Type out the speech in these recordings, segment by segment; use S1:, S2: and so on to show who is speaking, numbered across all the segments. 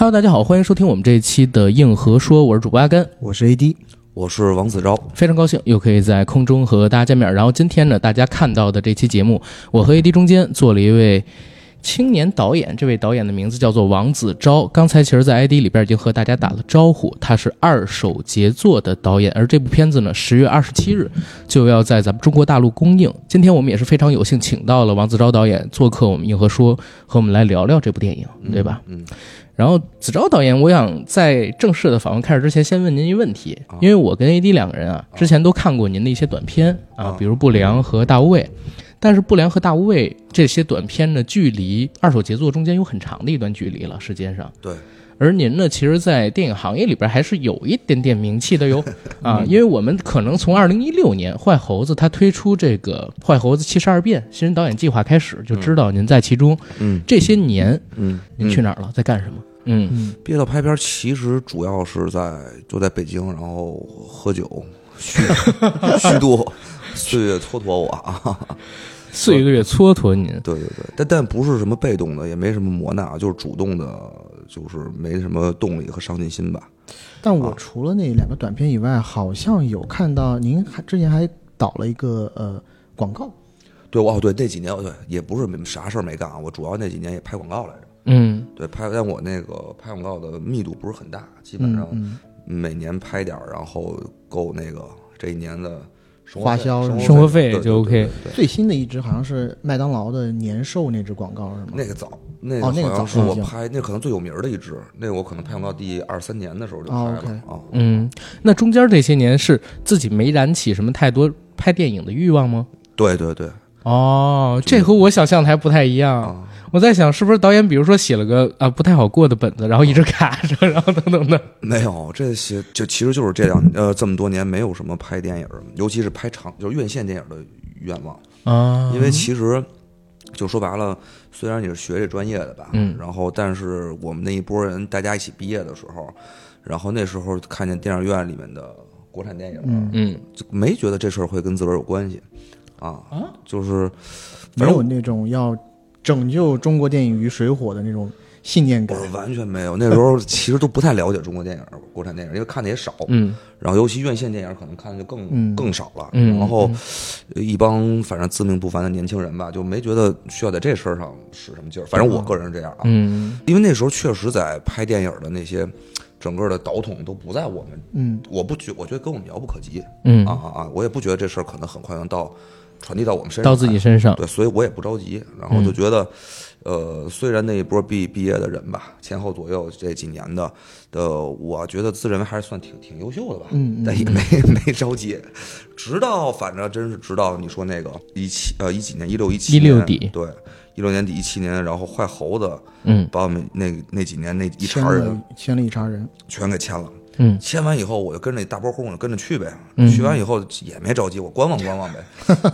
S1: Hello，大家好，欢迎收听我们这一期的硬核说，我是主播阿甘，
S2: 我是 AD，
S3: 我是王子昭，
S1: 非常高兴又可以在空中和大家见面。然后今天呢，大家看到的这期节目，我和 AD 中间做了一位青年导演，这位导演的名字叫做王子昭。刚才其实，在 ID 里边已经和大家打了招呼，他是二手杰作的导演，而这部片子呢，十月二十七日就要在咱们中国大陆公映。今天我们也是非常有幸请到了王子昭导演做客我们硬核说，和我们来聊聊这部电影，对吧？
S3: 嗯，
S1: 然后子昭导演，我想在正式的访问开始之前，先问您一问题，因为我跟 AD 两个人啊，之前都看过您的一些短片啊
S3: 啊，
S1: 比如《不良》和《大无畏》，但是《不良》和《大无畏》这些短片呢，距离二手杰作中间有很长的一段距离了，时间上。
S3: 对，
S1: 而您呢，其实，在电影行业里边还是有一点点名气的哟，啊，因为我们可能从二零一六年坏猴子他推出这个《坏猴子七十二变》新人导演计划开始，就知道您在其中。
S3: 嗯
S1: 这些年
S3: 嗯，
S1: 您去哪儿了，在干什么？嗯
S2: 嗯，
S3: 毕业到拍片，其实主要是在就在北京，然后喝酒，虚虚度岁月蹉跎我啊。
S1: 岁月蹉跎您，
S3: 对对对，但但不是什么被动的，也没什么磨难啊，就是主动的，就是没什么动力和上进心吧。
S2: 但
S3: 啊
S2: 我除了那两个短片以外，好像有看到您还之前还导了一个呃广告，
S3: 对，我哦对那几年，对也不是没啥事儿没干啊，我主要那几年也拍广告来着。
S1: 嗯
S3: 对，拍但我那个拍广告的密度不是很大，基本
S2: 嗯
S3: 上
S2: 嗯，
S3: 每年拍点儿，然后够那个这一年的生活
S2: 花
S3: 费
S2: 销是吗
S1: 生活费
S3: 对
S1: 就
S3: 对
S1: OK
S3: 对对对
S2: 最新的一支好像是麦当劳的年兽那支广告是吗？
S3: 那个早，那
S2: 哦那个
S3: 好
S2: 早
S3: 像是我
S2: 就
S3: 拍，那可能最有名儿的一支，那个我可能拍到第二三年的时候就拍
S2: 哦
S3: 了啊。
S1: 嗯，那中间这些年是自己没燃起什么太多拍电影的欲望吗？
S3: 对对对
S1: 哦，这和我想象的还不太一样。
S3: 啊，
S1: 我在想，是不是导演比如说写了个啊、不太好过的本子，然后一直卡着，然后等等等。
S3: 没有这些，就其实就是这两呃这么多年没有什么拍电影儿，尤其是拍长就是院线电影儿的愿望，
S1: 啊，
S2: 嗯
S3: 因为其实就说白了，虽然你是学这专业的吧，
S1: 嗯
S3: 然后但是我们那一波人大家一起毕业的时候，然后那时候看见电影院里面的国产电影，
S2: 嗯
S1: 嗯
S3: 就没觉得这事儿会跟自个儿有关系啊，就是
S2: 没
S3: 反正
S2: 有那种要拯救中国电影于水火的那种信念感
S3: 我。完全没有，那时候其实都不太了解中国电影、国产电影，因为看的也少，
S1: 嗯
S3: 然后尤其院线电影可能看的就更、
S2: 嗯
S3: 更少了。
S1: 嗯
S3: 然后一帮反正自命不凡的年轻人吧，就没觉得需要在这事儿上使什么劲儿。反正我个人是这样啊，
S1: 嗯
S3: 因为那时候确实在拍电影的那些整个的导筒都不在我们，
S2: 嗯，
S3: 我不觉我觉得跟我们遥不可及、
S1: 嗯
S3: 啊，啊啊！我也不觉得这事儿可能很快能到传递到我们身上
S1: 到
S3: 来，
S1: 自己身
S2: 啊
S1: 上。
S3: 对，所以我也不着急，然后
S2: 嗯
S3: 就觉得，呃，虽然那一波毕毕业的人吧，前后左右这几年的，呃，我觉得自认为还是算挺挺优秀的吧，
S2: 嗯 嗯
S3: 但也没没着急，直到反正真是直到你说那个一七呃一几年一六一七
S1: 16底
S3: 对一六年底一七年，然后坏猴子
S1: 嗯
S3: 把我们那那几年那一
S2: 签
S3: 茬儿人
S2: 了签了一茬人，
S3: 全给签了。
S1: 嗯
S3: 签完以后，我就跟着那大波混，我就跟着去呗。
S1: 嗯
S3: 去完以后也没着急，我观望观望 呗。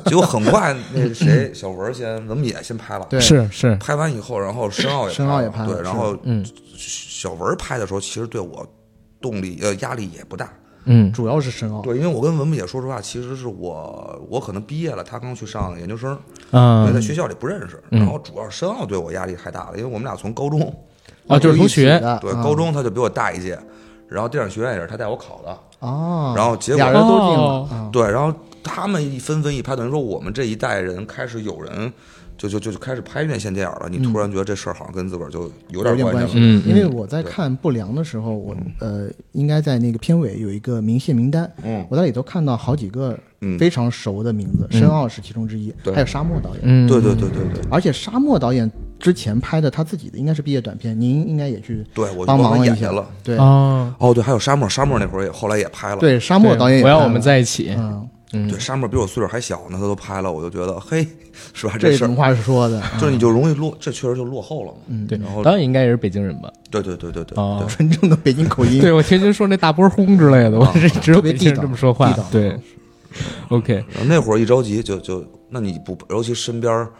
S3: 结果很快，那谁小文先怎么也先拍了，
S2: 对
S1: 是是，
S3: 拍完以后，然后申奥也
S2: 申奥也
S3: 拍
S2: 拍了
S3: 对，然
S2: 是
S3: 后
S1: 嗯
S3: 小文拍的时候，其实对我动力呃压力也不大。
S1: 嗯
S2: 主要是申奥。
S3: 对，因为我跟文文姐说实话，其实是我我可能毕业了，她刚去上研究生，
S1: 啊
S2: 嗯
S3: 所以在学校里不认识。然后主要申奥对我压力太大了，因为我们俩从高中
S1: 啊，就是同学
S3: 对
S2: 啊
S3: 高中他就比我大一届，然后电影学院也是他带我考的。
S2: 啊，
S3: 然后结果
S2: 俩人都定
S1: 哦
S2: 了啊，
S3: 对，然后他们一纷纷一拍，等于说我们这一代人开始有人就就就就开始拍院线电影了。你突然觉得这事儿好像跟自个儿就有点
S2: 有点
S3: 关
S2: 关
S3: 系
S2: 系
S3: 了。
S1: 嗯嗯
S2: 因为我在看《不良》的时候，我呃应该在那个片尾有一个明细名单，
S3: 嗯，
S2: 我在里头看到好几个
S3: 嗯
S2: 非常熟的名字，申奥是其中之一，
S3: 对
S2: 还有沙漠导演。
S1: 嗯
S3: 对对对对对。
S2: 而且沙漠导演之前拍的他自己的应该是毕业短片，您应该也去
S3: 对，我就
S2: 帮
S3: 帮
S2: 忙
S3: 他
S2: 了一
S3: 演
S2: 下
S3: 去了。
S2: 对
S1: 啊，
S3: 哦，对，还有沙漠，沙漠那会儿也后来也拍了。
S2: 对，沙漠导演也
S1: 我
S2: 拍
S1: 要
S2: 了
S1: 我们在一起。
S2: 嗯，
S3: 对，沙漠比我岁数还小呢，他都拍了，我就觉得嘿，是吧？
S2: 这
S3: 事
S2: 种
S3: 儿
S2: 话是说的， 啊
S3: 就是你就容易落，这确实就落后了嘛。嗯，
S1: 对
S3: 然后，
S1: 导演应该也是北京人吧？
S3: 对对对对对
S1: 哦
S3: 对，
S2: 纯正的北京口音。
S1: 对，我听您说那大波轰之类的，我是只有北京人这么说话
S2: 嗯啊特别地道。
S1: 对
S2: 啊
S1: ，OK，
S3: 然后那会儿一着急就就，那你不，尤其身边儿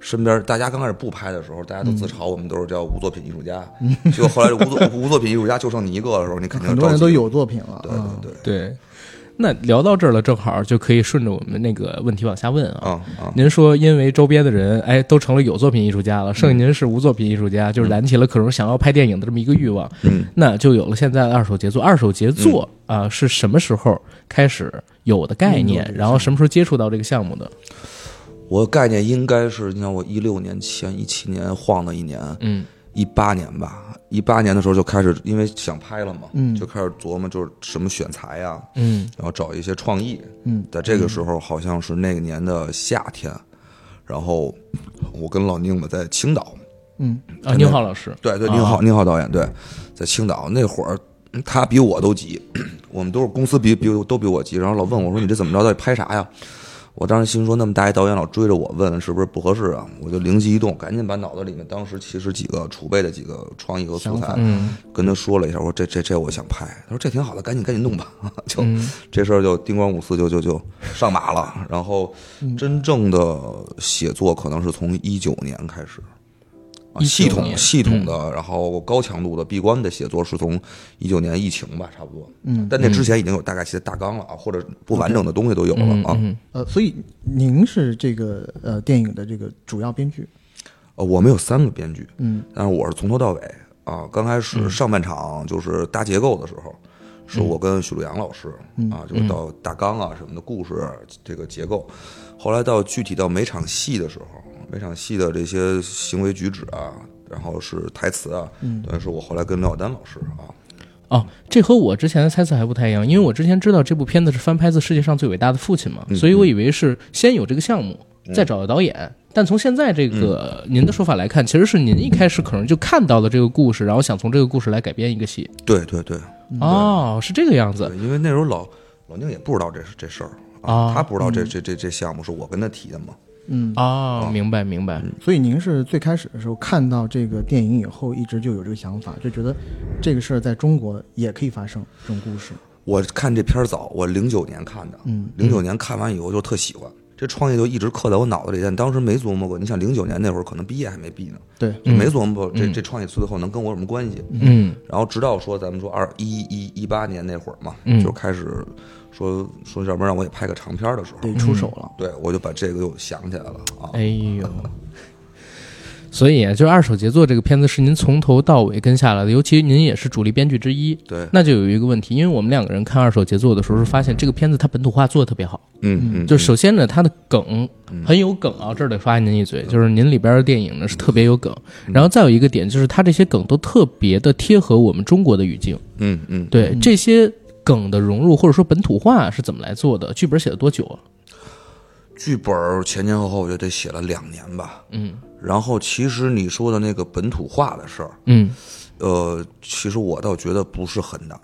S3: 身边儿大家刚开始不拍的时候，大家都
S2: 嗯
S3: 自嘲我们都是叫无作品艺术家，结果后来无作无作品艺术家就剩你一个的时候，你肯定
S2: 很多人都
S3: 着急。
S2: 有作品了，嗯
S3: 对对对，
S1: 对。那聊到这儿了，正好就可以顺着我们那个问题往下问啊。
S3: 啊啊，
S1: 您说，因为周边的人，哎，都成了有作品艺术家了，剩下您是无作品艺术家，就是燃起了可能想要拍电影的这么一个欲望，
S3: 嗯，
S1: 那就有了现在的二手杰作。二手杰作啊、是什么时候开始嗯有的概念？然后什么时候接触到这个项目的？
S3: 我概念应该是，你看我一六年前、一七年晃的一年，
S1: 嗯
S3: 一八年吧，一八年的时候就开始，因为想拍了嘛，
S2: 嗯
S3: 就开始琢磨就是什么选材呀、
S1: 嗯
S3: 然后找一些创意。
S2: 嗯，
S3: 在这个时候好像是那个年的夏天，然后我跟老宁吧在青岛，
S2: 嗯，
S1: 啊，宁浩老师，
S3: 对对，宁浩宁浩导演对，在青岛那会儿。他比我都急， 我们都是公司比比我都比我急，然后老问我说你这怎么着，到底拍啥呀？我当时心说那么大一导演老追着我问是不是不合适啊？我就灵机一动，赶紧把脑子里面当时其实几个储备的几个创意和素材，
S1: 嗯
S3: 跟他说了一下，我说这这这我想拍，他说这挺好的，赶紧赶紧弄吧， 就、
S1: 嗯
S3: 这事儿就叮咣五四就就就上马了。然后
S1: 嗯
S3: 真正的写作可能是从一九年开始，啊、
S1: 19
S3: 系统
S1: 年嗯
S3: 系统的，然后高强度的闭关的写作是从一九年疫情吧，差不多。
S2: 嗯，
S3: 但那之前已经有大概其的大纲了啊，或者不完整的东西都有了
S1: 嗯
S3: 啊。
S1: 嗯，
S2: 呃，所以您是这个呃电影的这个主要编剧，
S3: 呃，我们有三个编剧，
S2: 嗯，
S3: 但是我是从头到尾啊。刚开始上半场就是搭结构的时候，是我跟许璐阳老师啊，就是到大纲啊什么的故事这个结构。后来到具体到每场戏的时候，每场戏的这些行为举止啊，然后是台词啊，但是我后来跟廖丹老师啊，
S1: 哦，这和我之前的猜测还不太一样，因为我之前知道这部片子是翻拍自《世界上最伟大的父亲》
S3: 嗯
S1: 嘛，所以我以为是先有这个项目，再找导演。但从现在这个
S3: 嗯
S1: 您的说法来看，其实是您一开始可能就看到了这个故事，然后想从这个故事来改编一个戏。
S3: 对对对，
S1: 哦，是这个样子
S3: 对，因为那时候老老宁也不知道这这事儿
S1: 啊
S3: 啊，他不知道这这这这项目是我跟他提的嘛，
S2: 嗯，
S1: 哦，明白明白。
S3: 嗯
S2: 所以您是最开始的时候看到这个电影以后，一直就有这个想法，就觉得这个事儿在中国也可以发生这种故事，
S3: 我看这片儿早，我零九年看的，
S2: 嗯，
S3: 零九年看完以后就特喜欢，这创意就一直刻在我脑子里，但当时没琢磨过。你想零九年那会儿可能毕业还没毕呢，
S2: 对，
S3: 就没琢磨过这、这创意最后能跟我有什么关系。
S1: 嗯
S3: 然后直到说咱们说二一一一八年那会儿嘛，
S1: 嗯
S3: 就开始说说要不然让我也拍个长片儿的时候，
S2: 得出手了，
S3: 对我就把这个又想起来了啊。
S1: 哎呦，所以啊就是二手杰作这个片子是您从头到尾跟下来的，尤其您也是主力编剧之一。
S3: 对，
S1: 那就有一个问题，因为我们两个人看二手杰作的时候，是发现这个片子它本土化做的特别好。
S3: 嗯嗯，嗯
S1: 就首先呢，它的梗很有梗啊，这儿得发您一嘴，就是您里边的电影呢是特别有梗，
S3: 嗯
S1: 然后再有一个点就是它这些梗都特别的贴合我们中国的语境，
S3: 嗯嗯，
S1: 对这些梗的融入或者说本土化是怎么来做的？剧本写了多久啊？
S3: 剧本儿前前后后我就得写了两年吧。
S1: 嗯
S3: 然后其实你说的那个本土化的事儿，
S1: 嗯
S3: 呃，其实我倒觉得不是很难，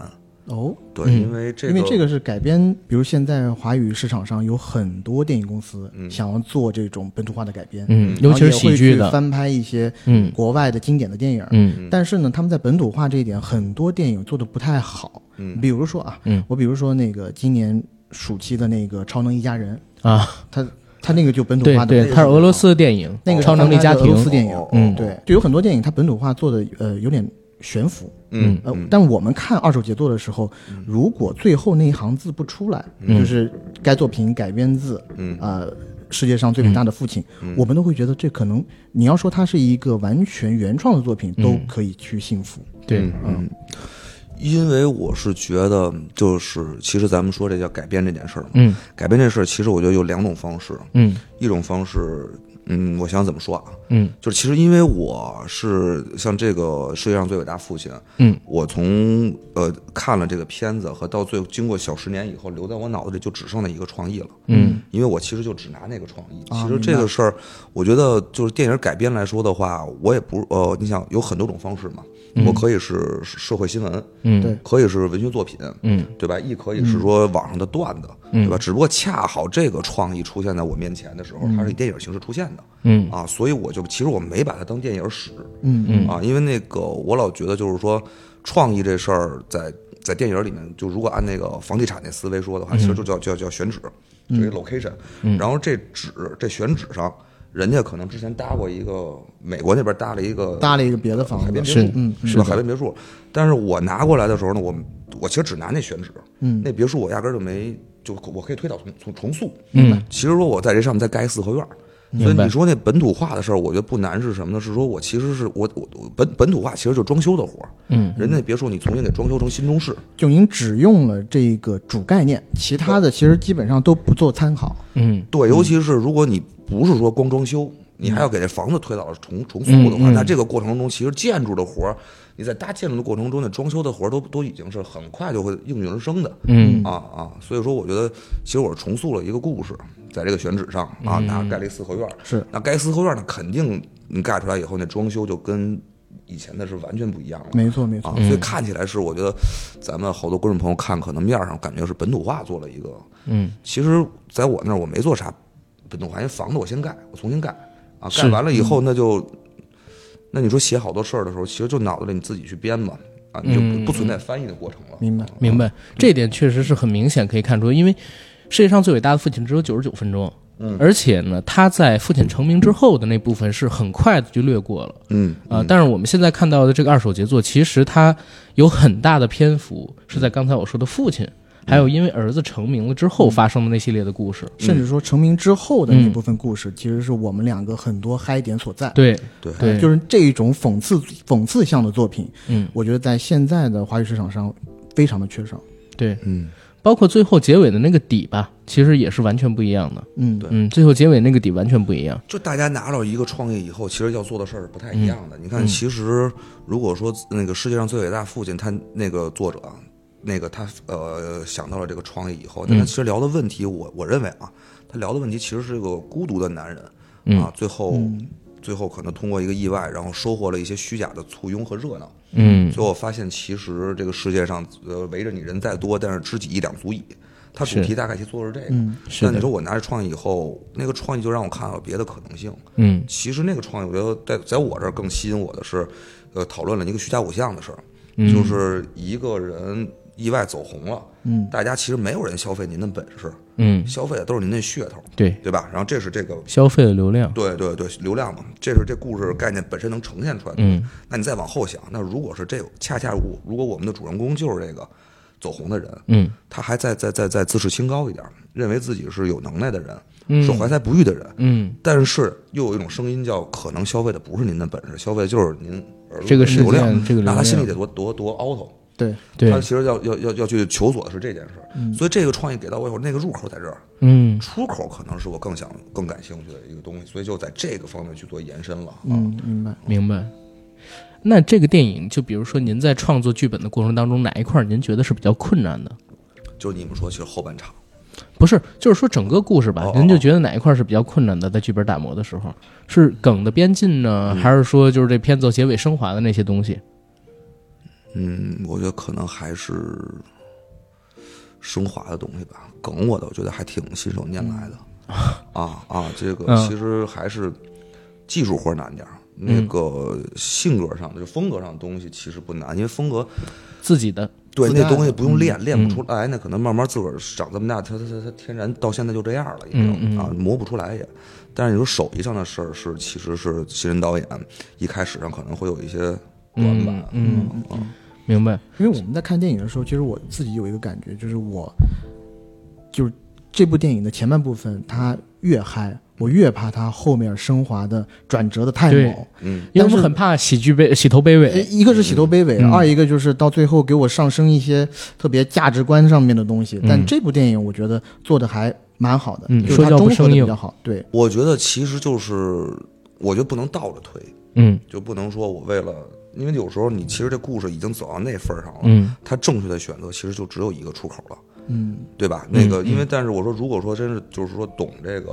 S2: 哦，
S3: 对，
S1: 嗯
S3: 因为这
S2: 因
S3: 个，
S2: 为这个是改编，比如现在华语市场上有很多电影公司想要做这种本土化的改编，
S1: 嗯，
S2: 然
S1: 尤
S2: 后
S1: 其是
S2: 也
S1: 喜
S2: 会
S1: 剧
S2: 去
S1: 的，
S2: 翻拍一些
S1: 嗯
S2: 国外的经典的电影，
S1: 嗯
S2: 但是呢，他们在本土化这一点，很多电影做的不太好。嗯，比如说啊，
S1: 嗯
S2: 我比如说那个今年暑期的那个《超能一家人
S1: 啊，》，
S2: 他他那个就本土
S1: 对
S2: 化的啊
S1: 对，它是俄罗斯的电影
S2: 那个
S1: 《超能力家
S2: 是
S1: 庭
S2: 俄罗》斯电影
S3: 哦，
S1: 嗯
S2: 对，就有很多电影它本土化做的呃有点悬浮。
S3: 嗯
S2: 呃，但我们看二手杰作的时候，如果最后那一行字不出来，就是该作品改编自
S3: 嗯
S2: 啊、呃世界上最伟大的父亲，我们都会觉得这可能你要说它是一个完全原创的作品，
S1: 嗯
S2: 都可以去信服。
S1: 对，
S3: 嗯，因为我是觉得，就是其实咱们说这叫改编这件事儿嘛，
S1: 嗯
S3: 改编这事儿其实我觉得有两种方式，
S1: 嗯
S3: 一种方式，嗯，我想怎么说啊，
S1: 嗯
S3: 就是其实因为我是像这个世界上最伟大父亲，
S1: 嗯，
S3: 我从呃看了这个片子和到最后经过小十年以后，留在我脑子里就只剩那一个创意了，
S1: 嗯，
S3: 因为我其实就只拿那个创意。
S2: 啊
S3: 其实这个事儿，我觉得就是电影改编来说的话，我也不呃，你想有很多种方式嘛，我可以是是社会新闻，
S1: 嗯
S2: 对
S3: 可以是文学作品，
S1: 嗯，
S3: 对吧？亦可以是说网上的段子，对吧？只不过恰好这个创意出现在我面前的时候，它是以电影形式出现的，
S1: 嗯
S3: 啊，所以我就其实我没把它当电影使，
S2: 嗯
S1: 嗯
S3: 啊，因为那个我老觉得就是说创意这事儿在在电影里面，就如果按那个房地产那思
S1: 嗯
S3: 维说的话，其实就叫叫叫选址，就一 location，然后这址这选址上。人家可能之前搭过一个美国那边搭了一个
S2: 搭了一个别的房
S3: 海边
S2: 子，
S3: 别
S1: 是
S3: 墅，
S1: 嗯
S3: 是
S1: 是的
S3: 吧？海边别墅。但是我拿过来的时候呢，我我其实只拿那选址，
S2: 嗯
S3: 那别墅我压根儿就没，就我可以推倒重重重塑。
S1: 嗯，
S3: 其实说我在这上面再盖一四合院儿。所以你说那本土化的事儿，我觉得不难是什么呢？是说我其实是我我我本本土化其实就是装修的活儿，
S1: 嗯，
S3: 人家别墅你重新给装修成新中式，
S2: 就您只用了这个主概念，其他的其实基本上都不做参考。
S1: 嗯
S3: 对，尤其是如果你不是说光装修，你还要给这房子推倒重重塑的话，
S1: 嗯嗯
S3: 那这个过程中其实建筑的活儿，你在搭建筑的过程中，那装修的活儿都都已经是很快就会应运而生的。
S1: 嗯
S3: 啊啊，所以说我觉得，其实我是重塑了一个故事，在这个选址上
S1: 嗯
S3: 啊，那盖了一四合院儿，
S2: 是
S3: 那盖四合院儿呢，肯定你盖出来以后，那装修就跟以前的是完全不一样了。
S2: 没错，没错
S3: 啊，，所以看起来是我觉得，咱们好多观众朋友看，可能面儿上感觉是本土化做了一个，
S1: 嗯，
S3: 其实在我那儿我没做啥本土化，因为房子我先盖，我重新盖啊，
S1: 是
S3: 盖完了以后那就，那你说写好多事儿的时候，其实就脑子里你自己去编吧，啊，你就不不存在翻译的过程了。
S2: 明白。
S1: 明白，这点确实是很明显可以看出，因为世界上最伟大的父亲只有九十九分钟，嗯，而且呢，他在父亲成名之后的那部分是很快的就略过了。
S3: 嗯，
S1: 啊、但是我们现在看到的这个二手杰作，其实它有很大的篇幅是在刚才我说的父亲，还有因为儿子成名了之后发生的那系列的故事。
S2: 甚至说成名之后的那部分故
S1: 嗯
S2: 事，其实是我们两个很多嗨点所在。
S1: 对
S3: 对
S1: 对，
S2: 就是这种讽刺讽刺向的作品，
S1: 嗯，
S2: 我觉得在现在的华语市场上非常的缺少。
S1: 对，
S3: 嗯，
S1: 包括最后结尾的那个底吧，其实也是完全不一样的。
S2: 嗯，
S3: 对
S1: 嗯，最后结尾那个底完全不一样。
S3: 就大家拿到一个创业以后，其实要做的事儿是不太一样的。你看，其实如果说那个世界上最伟大父亲，他那个作者啊，那个他呃想到了这个创业以后，但他其实聊的问题，我我认为啊，他聊的问题其实是个孤独的男人、啊，最后、最后可能通过一个意外，然后收获了一些虚假的簇拥和热闹。
S1: 嗯
S3: 最后发现，其实这个世界上，呃，围着你人再多，但是知己一两足矣。它主题大概其做的是这个。
S1: 嗯是
S3: 那
S1: 的
S3: 你说我拿着创意以后，那个创意就让我看到了别的可能性。
S1: 嗯
S3: 其实那个创意，我觉得在在我这儿更吸引我的是，呃，讨论了一个虚假偶像的事儿，
S1: 嗯
S3: 就是一个人意外走红了，嗯，大家其实没有人消费您的本事，
S1: 嗯，
S3: 消费的都是您的噱头，
S1: 对，
S3: 对吧？然后这是这个
S1: 消费的流量。
S3: 对对对，流量嘛，这是这故事概念本身能呈现出来的。嗯，那你再往后想，那如果是这个，恰恰如如果我们的主人公就是这个走红的人，
S1: 嗯，
S3: 他还在在在在自视清高一点，认为自己是有能耐的人，是怀才不遇的人，
S1: 嗯，
S3: 但是又有一种声音叫，可能消费的不是您的本事，消费的就是您耳朵
S1: 这个
S3: 的
S1: 事
S3: 流量
S1: 件，这个
S3: 那
S1: 流
S3: 他心里
S1: 量
S3: 得多多多凹头。
S2: 对，
S1: 对
S3: 他，其实要要要要去求索的是这件事儿，所以这个创意给到我以后，那个入口在这儿，
S1: 嗯
S3: 出口可能是我更想、更感兴趣的一个东西，所以就在这个方面去做延伸了。
S2: 嗯，明白。
S1: 明白。那这个电影，就比如说您在创作剧本的过程当中，哪一块儿您觉得是比较困难的？
S3: 就是你们说，其实后半场，
S1: 不是，就是说整个故事吧，
S3: 哦哦
S1: 您就觉得哪一块儿是比较困难的？在剧本打磨的时候，是梗的编进呢，还是说就是这片子结尾升华的那些东西？
S3: 嗯，我觉得可能还是升华的东西吧。梗我的，我觉得还挺信手拈来的。啊啊，这个
S1: 嗯
S3: 其实还是技术活儿难点儿。那个性格上的，就风格上的东西其实不难，因为风格
S1: 自己的，
S3: 对
S2: 自
S3: 那
S2: 带的
S3: 东西不用练，练不出来，那可能慢慢自个儿长这么大，他他他他天然到现在就这样了，已经啊磨不出来也。但是你说手艺上的事儿是，其实是新人导演一开始上可能会有一些短板，
S1: 嗯
S3: 嗯嗯
S1: 明白？
S2: 因为我们在看电影的时候，其实我自己有一个感觉，就是我，就是这部电影的前半部分，它越嗨，我越怕它后面升华的转折的太
S1: 对
S2: 猛。
S3: 嗯
S1: 因为我
S2: 但
S1: 们
S2: 是
S1: 很怕喜剧被洗头卑
S2: 呃
S3: 哎
S1: 微，
S2: 一个是洗头卑微，
S1: 嗯
S2: 二一个就是到最后给我上升一些特别价值观上面的东西。但这部电影我觉得做的还蛮好的，
S1: 嗯
S2: 就是
S1: 说
S2: 它
S1: 教不
S2: 中和
S1: 生
S2: 的
S1: 硬
S2: 比较好。对，
S3: 我觉得其实就是，我觉得不能倒着推，
S1: 嗯
S3: 就不能说我为了，因为有时候你其实这故事已经走到那份儿上了，
S1: 嗯
S3: 他正确的选择其实就只有一个出口了，
S2: 嗯，
S3: 对吧？那个，因为但是我说，如果说真是就是说懂这个，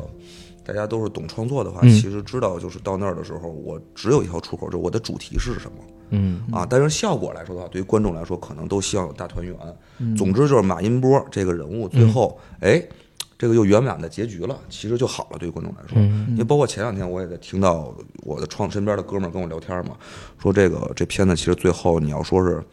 S3: 大家都是懂创作的话，
S1: 嗯
S3: 其实知道就是到那儿的时候，我只有一条出口，就是我的主题是什么
S1: 嗯
S3: 啊。但是效果来说的话，对于观众来说，可能都希望有大团圆。
S1: 嗯
S3: 总之就是马音波这个人物最后，哎。这个又圆满的结局了，其实就好了。对于观众来说，
S1: 嗯
S3: 因为包括前两天我也在听到我的创身边的哥们儿跟我聊天嘛，说这个这片子其实最后你要说是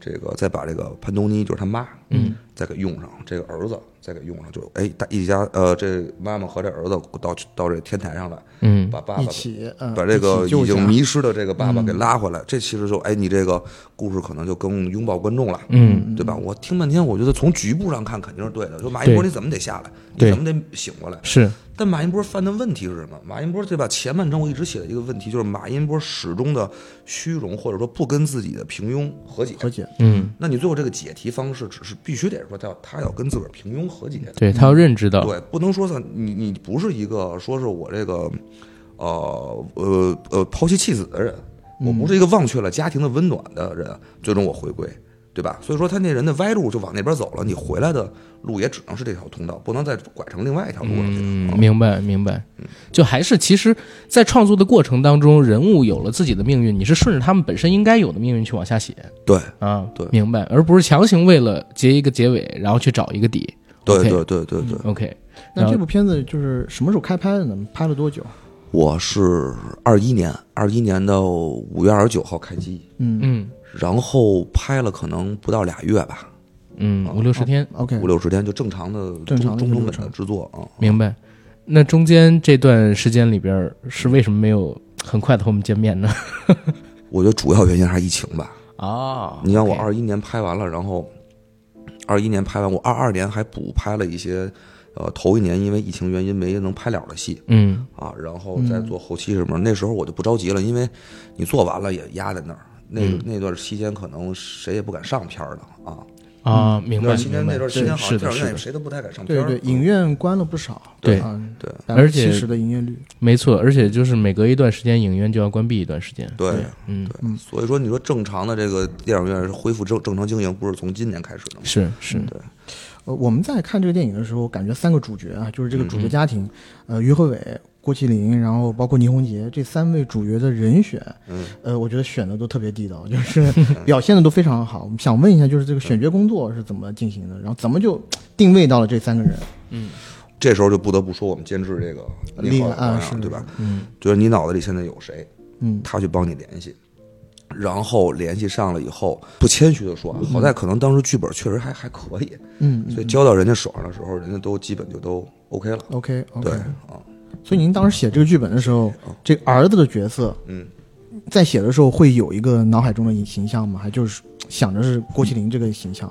S3: 这个再把这个潘东尼就是他妈，嗯，再给用上，这个儿子再给用上，就哎，大一家呃，这妈妈和这儿子到到这天台上来，
S1: 嗯
S3: 把爸
S2: 一
S3: 爸
S2: 起，嗯，
S3: 把这个
S2: 一起
S3: 已
S2: 救
S3: 经
S2: 下嗯
S3: 迷失的这个爸爸给拉回来，这其实就哎，你这个故事可能就更拥抱观众了，
S1: 嗯，
S3: 对吧？我听半天，我觉得从局部上看肯定是对的，说马一博
S1: 对
S3: 你怎么得下来，
S1: 对
S3: 你怎么得醒过来？
S1: 是，
S3: 但马音波犯的问题是什么？马音波对吧？前半程我一直写的一个问题就是马音波始终的虚荣，或者说不跟自己的平庸和解。
S2: 和解，
S1: 嗯，
S3: 那你最后这个解题方式，只是必须得说他要他要跟自个儿平庸和解。
S1: 对他要认知
S2: 啊
S1: 到，
S3: 对，不能说是你你不是一个说是我这个，呃呃呃抛妻弃子的人，我不是
S2: 嗯
S3: 一个忘却了家庭的温暖的人，最终我回归，对吧？所以说他那人的歪路就往那边走了，你回来的路也只能是这条通道，不能再拐成另外一条路上去。
S1: 嗯，明白明白，
S3: 嗯
S1: 就还是其实，在创作的过程当中，人物有了自己的命运，你是顺着他们本身应该有的命运去往下写
S3: 对
S1: 啊，
S3: 对
S1: 明白，而不是强行为了结一个结尾，然后去找一个底。
S3: 对
S1: OK，
S3: 对对对
S2: 嗯
S3: 对，
S1: OK，
S2: 那这部片子就是什么时候开拍的呢？拍了多久？
S3: 我是二一年二一年的五月二十九号开机，
S1: 嗯
S3: 然后拍了可能不到俩月吧，
S1: 嗯，五六十天，
S2: OK，
S3: 五六十天就正常的
S2: 正
S3: 中
S2: 常的
S3: 中成
S2: 一个流
S3: 本的
S2: 程
S3: 制作啊。
S1: 明白。那中间这段时间里边儿，是为什么没有很快的和我们见面呢？
S3: 我觉得主要原因还是疫情吧。
S1: 哦，
S3: 你像我
S1: OK
S3: 二一年拍完了，然后二一年拍完，我二二年还补拍了一些，呃，头一年因为疫情原因没能拍了的戏
S1: 嗯
S3: 啊，然后再做后期什么。那时候我就不着急了，因为你做完了也压在那儿。那
S1: 嗯
S3: 那段期间，可能谁也不敢上片儿了啊。
S1: 啊，明
S3: 那
S1: 白
S3: 段期
S1: 明
S3: 间
S1: 白
S3: 那，段期
S1: 是
S3: 间，好
S1: 是
S3: 像
S1: 的，
S3: 电影
S1: 是
S3: 院也
S1: 的，
S3: 谁都不太敢上片
S2: 对
S3: 儿。
S2: 对，影院关了不少，
S1: 对
S2: 啊，
S3: 对
S1: 而且
S2: 七十的营业率，
S1: 没错，而且就是每隔一段时间，影院就要关闭一段时间。
S3: 对
S2: 对
S1: 嗯，
S3: 对，所以说你说正常的这个电影院是恢复正正常经营，不是从今年开始的吗？
S1: 是是，
S2: 呃，我们在看这个电影的时候，感觉三个主角啊，就是这个
S3: 嗯
S2: 主角家庭，呃，于和伟、郭麒麟，然后包括倪虹洁这三位主角的人选，
S3: 嗯，
S2: 呃，我觉得选的都特别地道，就是 表现的都非常好。我们想问一下，就是这个选角工作是怎么进行的，然后怎么就定位到了这三个人？
S3: 这时候就不得不说我们监制这个
S2: 厉
S3: 宁浩
S2: 害啊
S3: 老
S2: 是
S3: 师，
S2: 的
S3: 对吧？
S1: 嗯，
S3: 就是你脑子里现在有谁，
S2: 嗯
S3: 他去帮你联系，然后联系上了以后，不谦虚的说啊，好在可能当时剧本确实还还可以，
S2: 嗯嗯
S3: 所以交到人家手上的时候，人家都基本就都 OK 了。
S2: ，OK
S3: 对
S2: OK。
S3: 啊，
S2: 所以您当时写这个剧本的时候，这个儿子的角色
S3: 嗯，
S2: 在写的时候会有一个脑海中的形象吗？还就是想着是郭麒麟这个形象？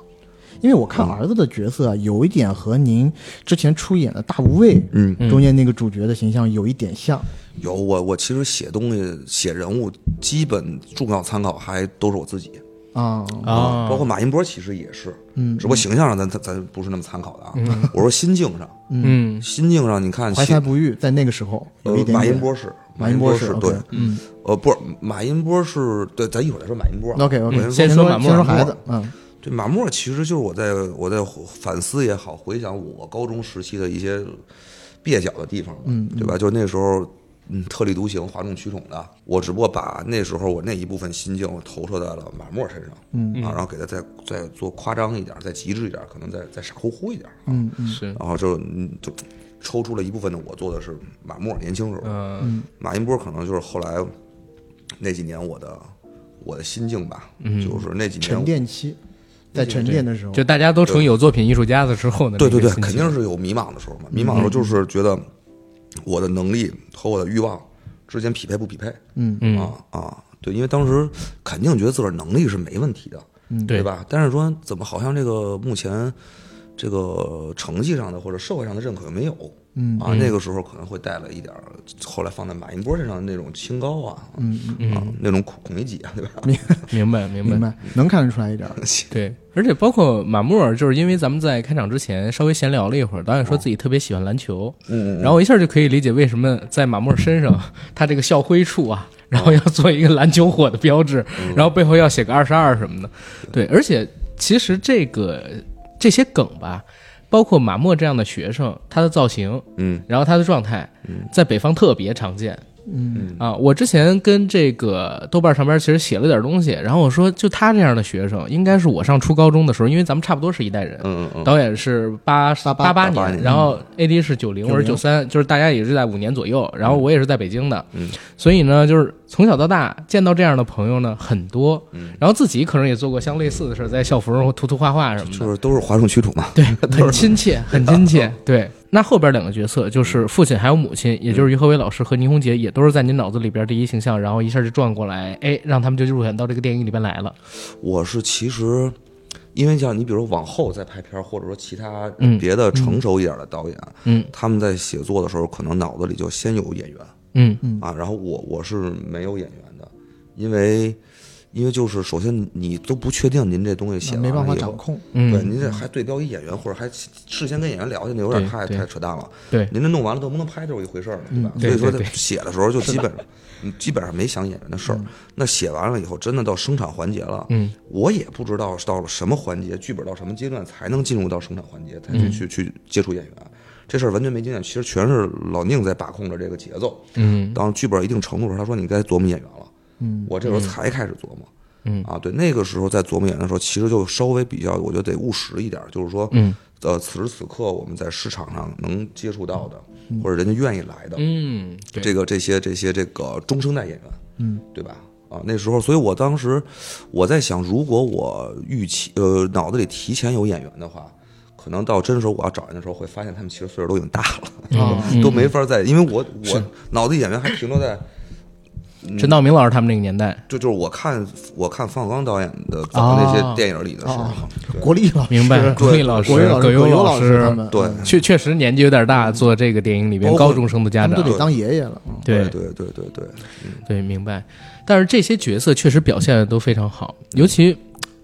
S2: 因为我看儿子的角色啊，有一点和您之前出演的大无畏，
S3: 嗯，
S2: 中间那个主角的形象有一点像。
S3: 有我我其实写东西写人物，基本重要参考还都是我自己
S2: 啊，
S3: 嗯
S1: 啊
S3: 包括马音波其实也是，
S2: 嗯
S3: 只不过形象上咱咱咱不是那么参考的啊。我说心境上，
S1: 嗯
S3: 心境上你看
S2: 怀
S3: 写
S2: 才不遇，在那个时候有一
S3: 呃，
S2: 点
S3: 马
S2: 点
S3: 音波是
S2: 马
S3: 音
S2: 音波
S3: 是
S2: 是
S3: 对
S2: OK，
S3: 嗯，呃，不是马音波是对，咱一会儿再说马音波啊。
S2: OK
S3: 我
S2: OK，
S3: 先
S1: 先
S2: 先
S1: 说马莫
S2: 先说
S1: 马莫
S2: 孩子，嗯
S3: 对马莫其实就是我在我在反思也好，回想我高中时期的一些蹩脚的地方，嗯，对吧？就那时候，嗯，特立独行、哗众取宠的，我只不过把那时候我那一部分心境我投射在了马莫身上，嗯啊，然后给他再再做夸张一点，再极致一点，可能再再傻乎乎一点，啊
S2: 嗯嗯，
S1: 是，
S3: 然后就嗯就抽出了一部分的我做的是马莫年轻时候，
S1: 嗯
S3: 马音波可能就是后来那几年我的我的心境吧，就是那几
S2: 沉
S3: 年。
S2: 淀期，在沉淀的时候
S1: 就，大家都成有作品艺术家的时候呢，
S3: 对对对，
S1: 那个心
S3: 肯
S1: 情
S3: 定是有迷茫的时候嘛。迷茫的时候就是觉得我的能力和我的欲望之间匹配不匹配？
S2: 嗯
S1: 嗯
S3: 啊啊，对，因为当时肯定觉得自个儿能力是没问题的，
S1: 对
S3: 对？吧？但是说怎么好像这个目前这个成绩上的或者社会上的认可没有，
S2: 嗯
S3: 啊，那个时候可能会带了一点儿后来放在马云波身上的那种清高啊，嗯啊，那种孔孔乙己啊，对吧？
S1: 明白明
S2: 明
S1: 白。
S2: 白，能看得出来一点儿。
S1: 对，而且包括马穆尔，就是因为咱们在开场之前稍微闲聊了一会儿，导演说自己特别喜欢篮球，
S3: 嗯，嗯
S1: 然后我一下就可以理解为什么在马穆尔身上， 他这个校徽处啊，然后要做一个篮球火的标志，
S3: 嗯
S1: 然后背后要写个二十二什么的。对，而且其实这个这些梗吧，包括马莫这样的学生，他的造型，
S3: 嗯，
S1: 然后他的状态，在北方特别常见。嗯啊，我之前跟这个豆瓣上边其实写了点东西，然后我说，就他这样的学生，应该是我上初高中的时候，因为咱们差不多是一代人。
S3: 嗯嗯嗯，
S1: 导演是八八
S2: 八八
S1: 八
S3: 八八
S1: 年，嗯
S3: 年
S1: 然后嗯 AD 是九零，我是九三，就是大家也是在五年左右，然后我也是在北京的，所以呢，就是从小到大见到这样的朋友呢很多，然后自己可能也做过相类似的事儿，在校服上涂涂画画什么的，
S3: 就是 都是哗众取宠嘛。
S1: 对，很亲 切，很亲切。对，那后边两个角色就是父亲还有母亲，也就是于和伟老师和倪虹洁，也都是在您脑子里边第一形象，然后一下就转过来，哎，让他们就入选到这个电影里边来了。
S3: 我是其实，因为像你比如说往后再拍片儿，或者说其他
S1: 嗯
S3: 别的成熟一点的导演，啊
S1: 嗯
S3: 他们在写作的时候，可能脑子里就先有演员
S1: 嗯
S3: 啊，然后我我是没有演员的，因为因为就是首先你都不确定您这东西写完
S2: 那没办法
S3: 了以
S2: 掌
S3: 后。
S2: 控。
S3: 对，
S1: 嗯，
S3: 您这还对标一演员，或者还事先跟演员聊去，那有点
S1: 对
S3: 太
S1: 对
S3: 太扯淡了。
S1: 对，嗯
S3: 您这弄完了能不能拍就是一回事儿了，对吧？
S1: 对
S3: 所以说
S1: 对
S3: 他
S1: 对
S3: 写的时候就基本上嗯基本上没想演员的事儿。那写完了以后，真的到生产环节了，
S1: 嗯，
S3: 我也不知道是到了什么环节，剧本到什么阶段才能进入到生产环节，才
S1: 嗯
S3: 去去去接触演员。这事儿完全没经验，其实全是老宁在把控着这个节奏。
S1: 嗯
S3: 当剧本一定程度的时候，他说你该琢磨演员了。嗯，我这时候才开始琢磨。
S1: 嗯
S3: 啊，对，那个时候在琢磨演员的时候，其实就稍微比较，我觉得得务实一点，就是说，
S1: 嗯，
S3: 呃，此时此刻我们在市场上能接触到的，或者人家愿意来的，
S1: 嗯，对，
S3: 这个这些这些这个中生代演员，嗯，对吧？啊，那时候，所以我当时我在想，如果我预期呃脑子里提前有演员的话，可能到真时候我要找人的时候，会发现他们其实岁数都已经大了，
S1: 啊
S3: 都没法再，因为我我脑子里演员还停留在。
S1: 陈道明老师他们那个年代，
S3: 就就是我看我看范刚导演的早那
S1: 哦
S3: 些电影里的时候，对
S2: 国立老师，
S1: 明白？
S3: 对
S1: 国立老师、
S2: 国立老
S1: 葛
S2: 师、
S1: 优
S2: 优
S1: 老
S2: 师他们，
S3: 对
S2: 嗯
S1: 确确实年纪有点大，做这个电影里边
S3: 包括
S1: 高中生的家
S2: 他们
S1: 长
S2: 都，得当爷爷了。嗯
S1: 对
S3: 对对对对，
S1: 对，明白。但是这些角色确实表现的都非常好，尤其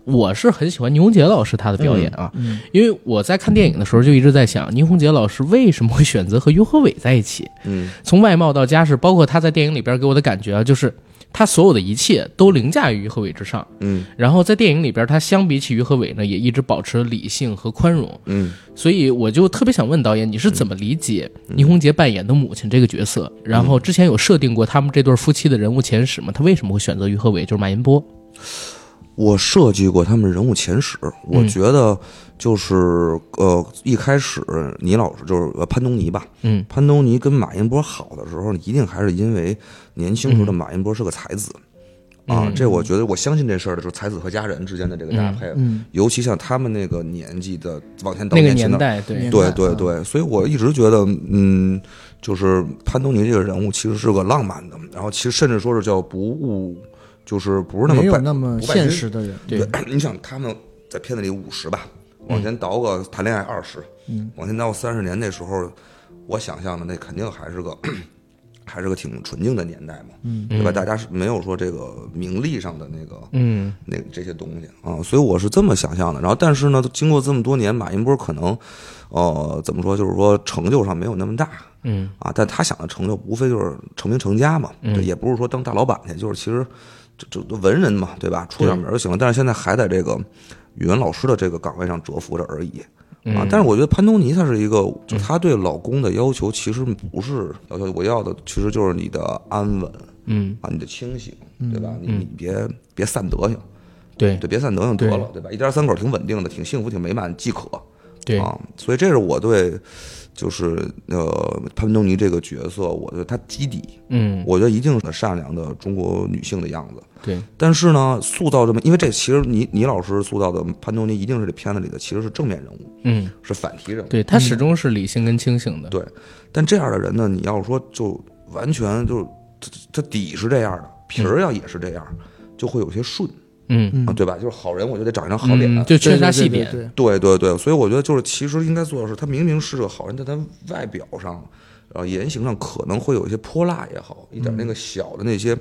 S1: 我是很喜欢倪虹洁老师她的表演啊，因为我在看电影的时候就一直在想，倪虹洁老师为什么会选择和于和伟在一起？
S3: 嗯，
S1: 从外貌到家世，包括她在电影里边给我的感觉啊，就是她所有的一切都凌驾于于和伟之上。
S3: 嗯
S1: 然后在电影里边，她相比起于和伟呢，也一直保持理性和宽容。
S3: 嗯，
S1: 所以我就特别想问导演，你是怎么理解倪虹洁扮演的母亲这个角色？然后之前有设定过他们这对夫妻的人物前史吗？他为什么会选择于和伟，就是马寅波？
S3: 我设计过他们人物前史，我觉得就是呃，一开始倪老师就是呃潘东尼吧，
S1: 嗯
S3: 潘东尼跟马彦波好的时候，一定还是因为年轻时候的马彦波是个才子。啊，这我觉得我相信这事儿的，就是才子和佳人之间的这个搭配，
S2: 嗯
S3: 尤其像他们那个年纪的往前倒
S1: 那个
S3: 前
S1: 年
S3: 的
S1: 代，对
S2: 年
S3: 对
S2: 代
S3: 对
S2: 嗯
S3: 对，所以我一直觉得，嗯，就是潘东尼这个人物其实是个浪漫的，然后其实甚至说是叫不务，就是不是那么
S2: 没有
S3: 拜
S2: 那么
S3: 不拜金
S2: 现实的人，
S1: 对，
S3: 你想他们在片子里五十吧，往前倒个谈恋爱二十，嗯，往前倒三十年，那时候我想象的那肯定还是个 还是个挺纯净的年代嘛，嗯，对吧？大家是没有说这个名利上的那个，
S1: 嗯，
S3: 那这些东西啊，所以我是这么想象的。然后，但是呢，经过这么多年，马云波可能，呃，怎么说，就是说成就上没有那么大，
S1: 嗯
S3: 啊，但他想的成就无非就是成名成家嘛，对，也不是说当大老板去，就是其实这这这文人嘛，对吧？出点名儿就行了。但是现在还在这个语文老师的这个岗位上蛰伏着而已。
S1: 嗯
S3: 啊，但是我觉得潘东尼他是一个，就他对老公的要求其实不是要求，我要的其实就是你的安稳
S1: 嗯，
S3: 啊，你的清醒，对吧？你你别别散德行，
S1: 对
S3: 对，别散德行得
S1: 对
S3: 了，对吧？一家三口挺稳定的，挺幸福，挺美满，即可。
S1: 对，
S3: 啊，所以这是我对，就是呃潘东尼这个角色，我对她基底，
S1: 嗯
S3: 我觉得一定是善良的中国女性的样子。
S1: 对，
S3: 但是呢，塑造这么，因为这其实倪倪老师塑造的潘东尼一定是这片子里的其实是正面人物，
S1: 嗯，
S3: 是反提人物。
S1: 对
S2: 嗯
S1: 他始终是理性跟清醒的。
S3: 对但这样的人呢，你要说就完全就他他底是这样的，皮儿要也是这样，就会有些顺
S1: 嗯，
S3: 啊，对吧？就是好人，我就得长一张好脸。啊
S1: 嗯，就缺
S2: 对
S1: 啥
S2: 对
S1: 细
S2: 对
S1: 点。
S3: 对
S2: 对，
S3: 对对，所以我觉得就是其实应该做的是，他明明是个好人，但他外表上，呃，言行上可能会有一些泼辣也好，一点那个小的那些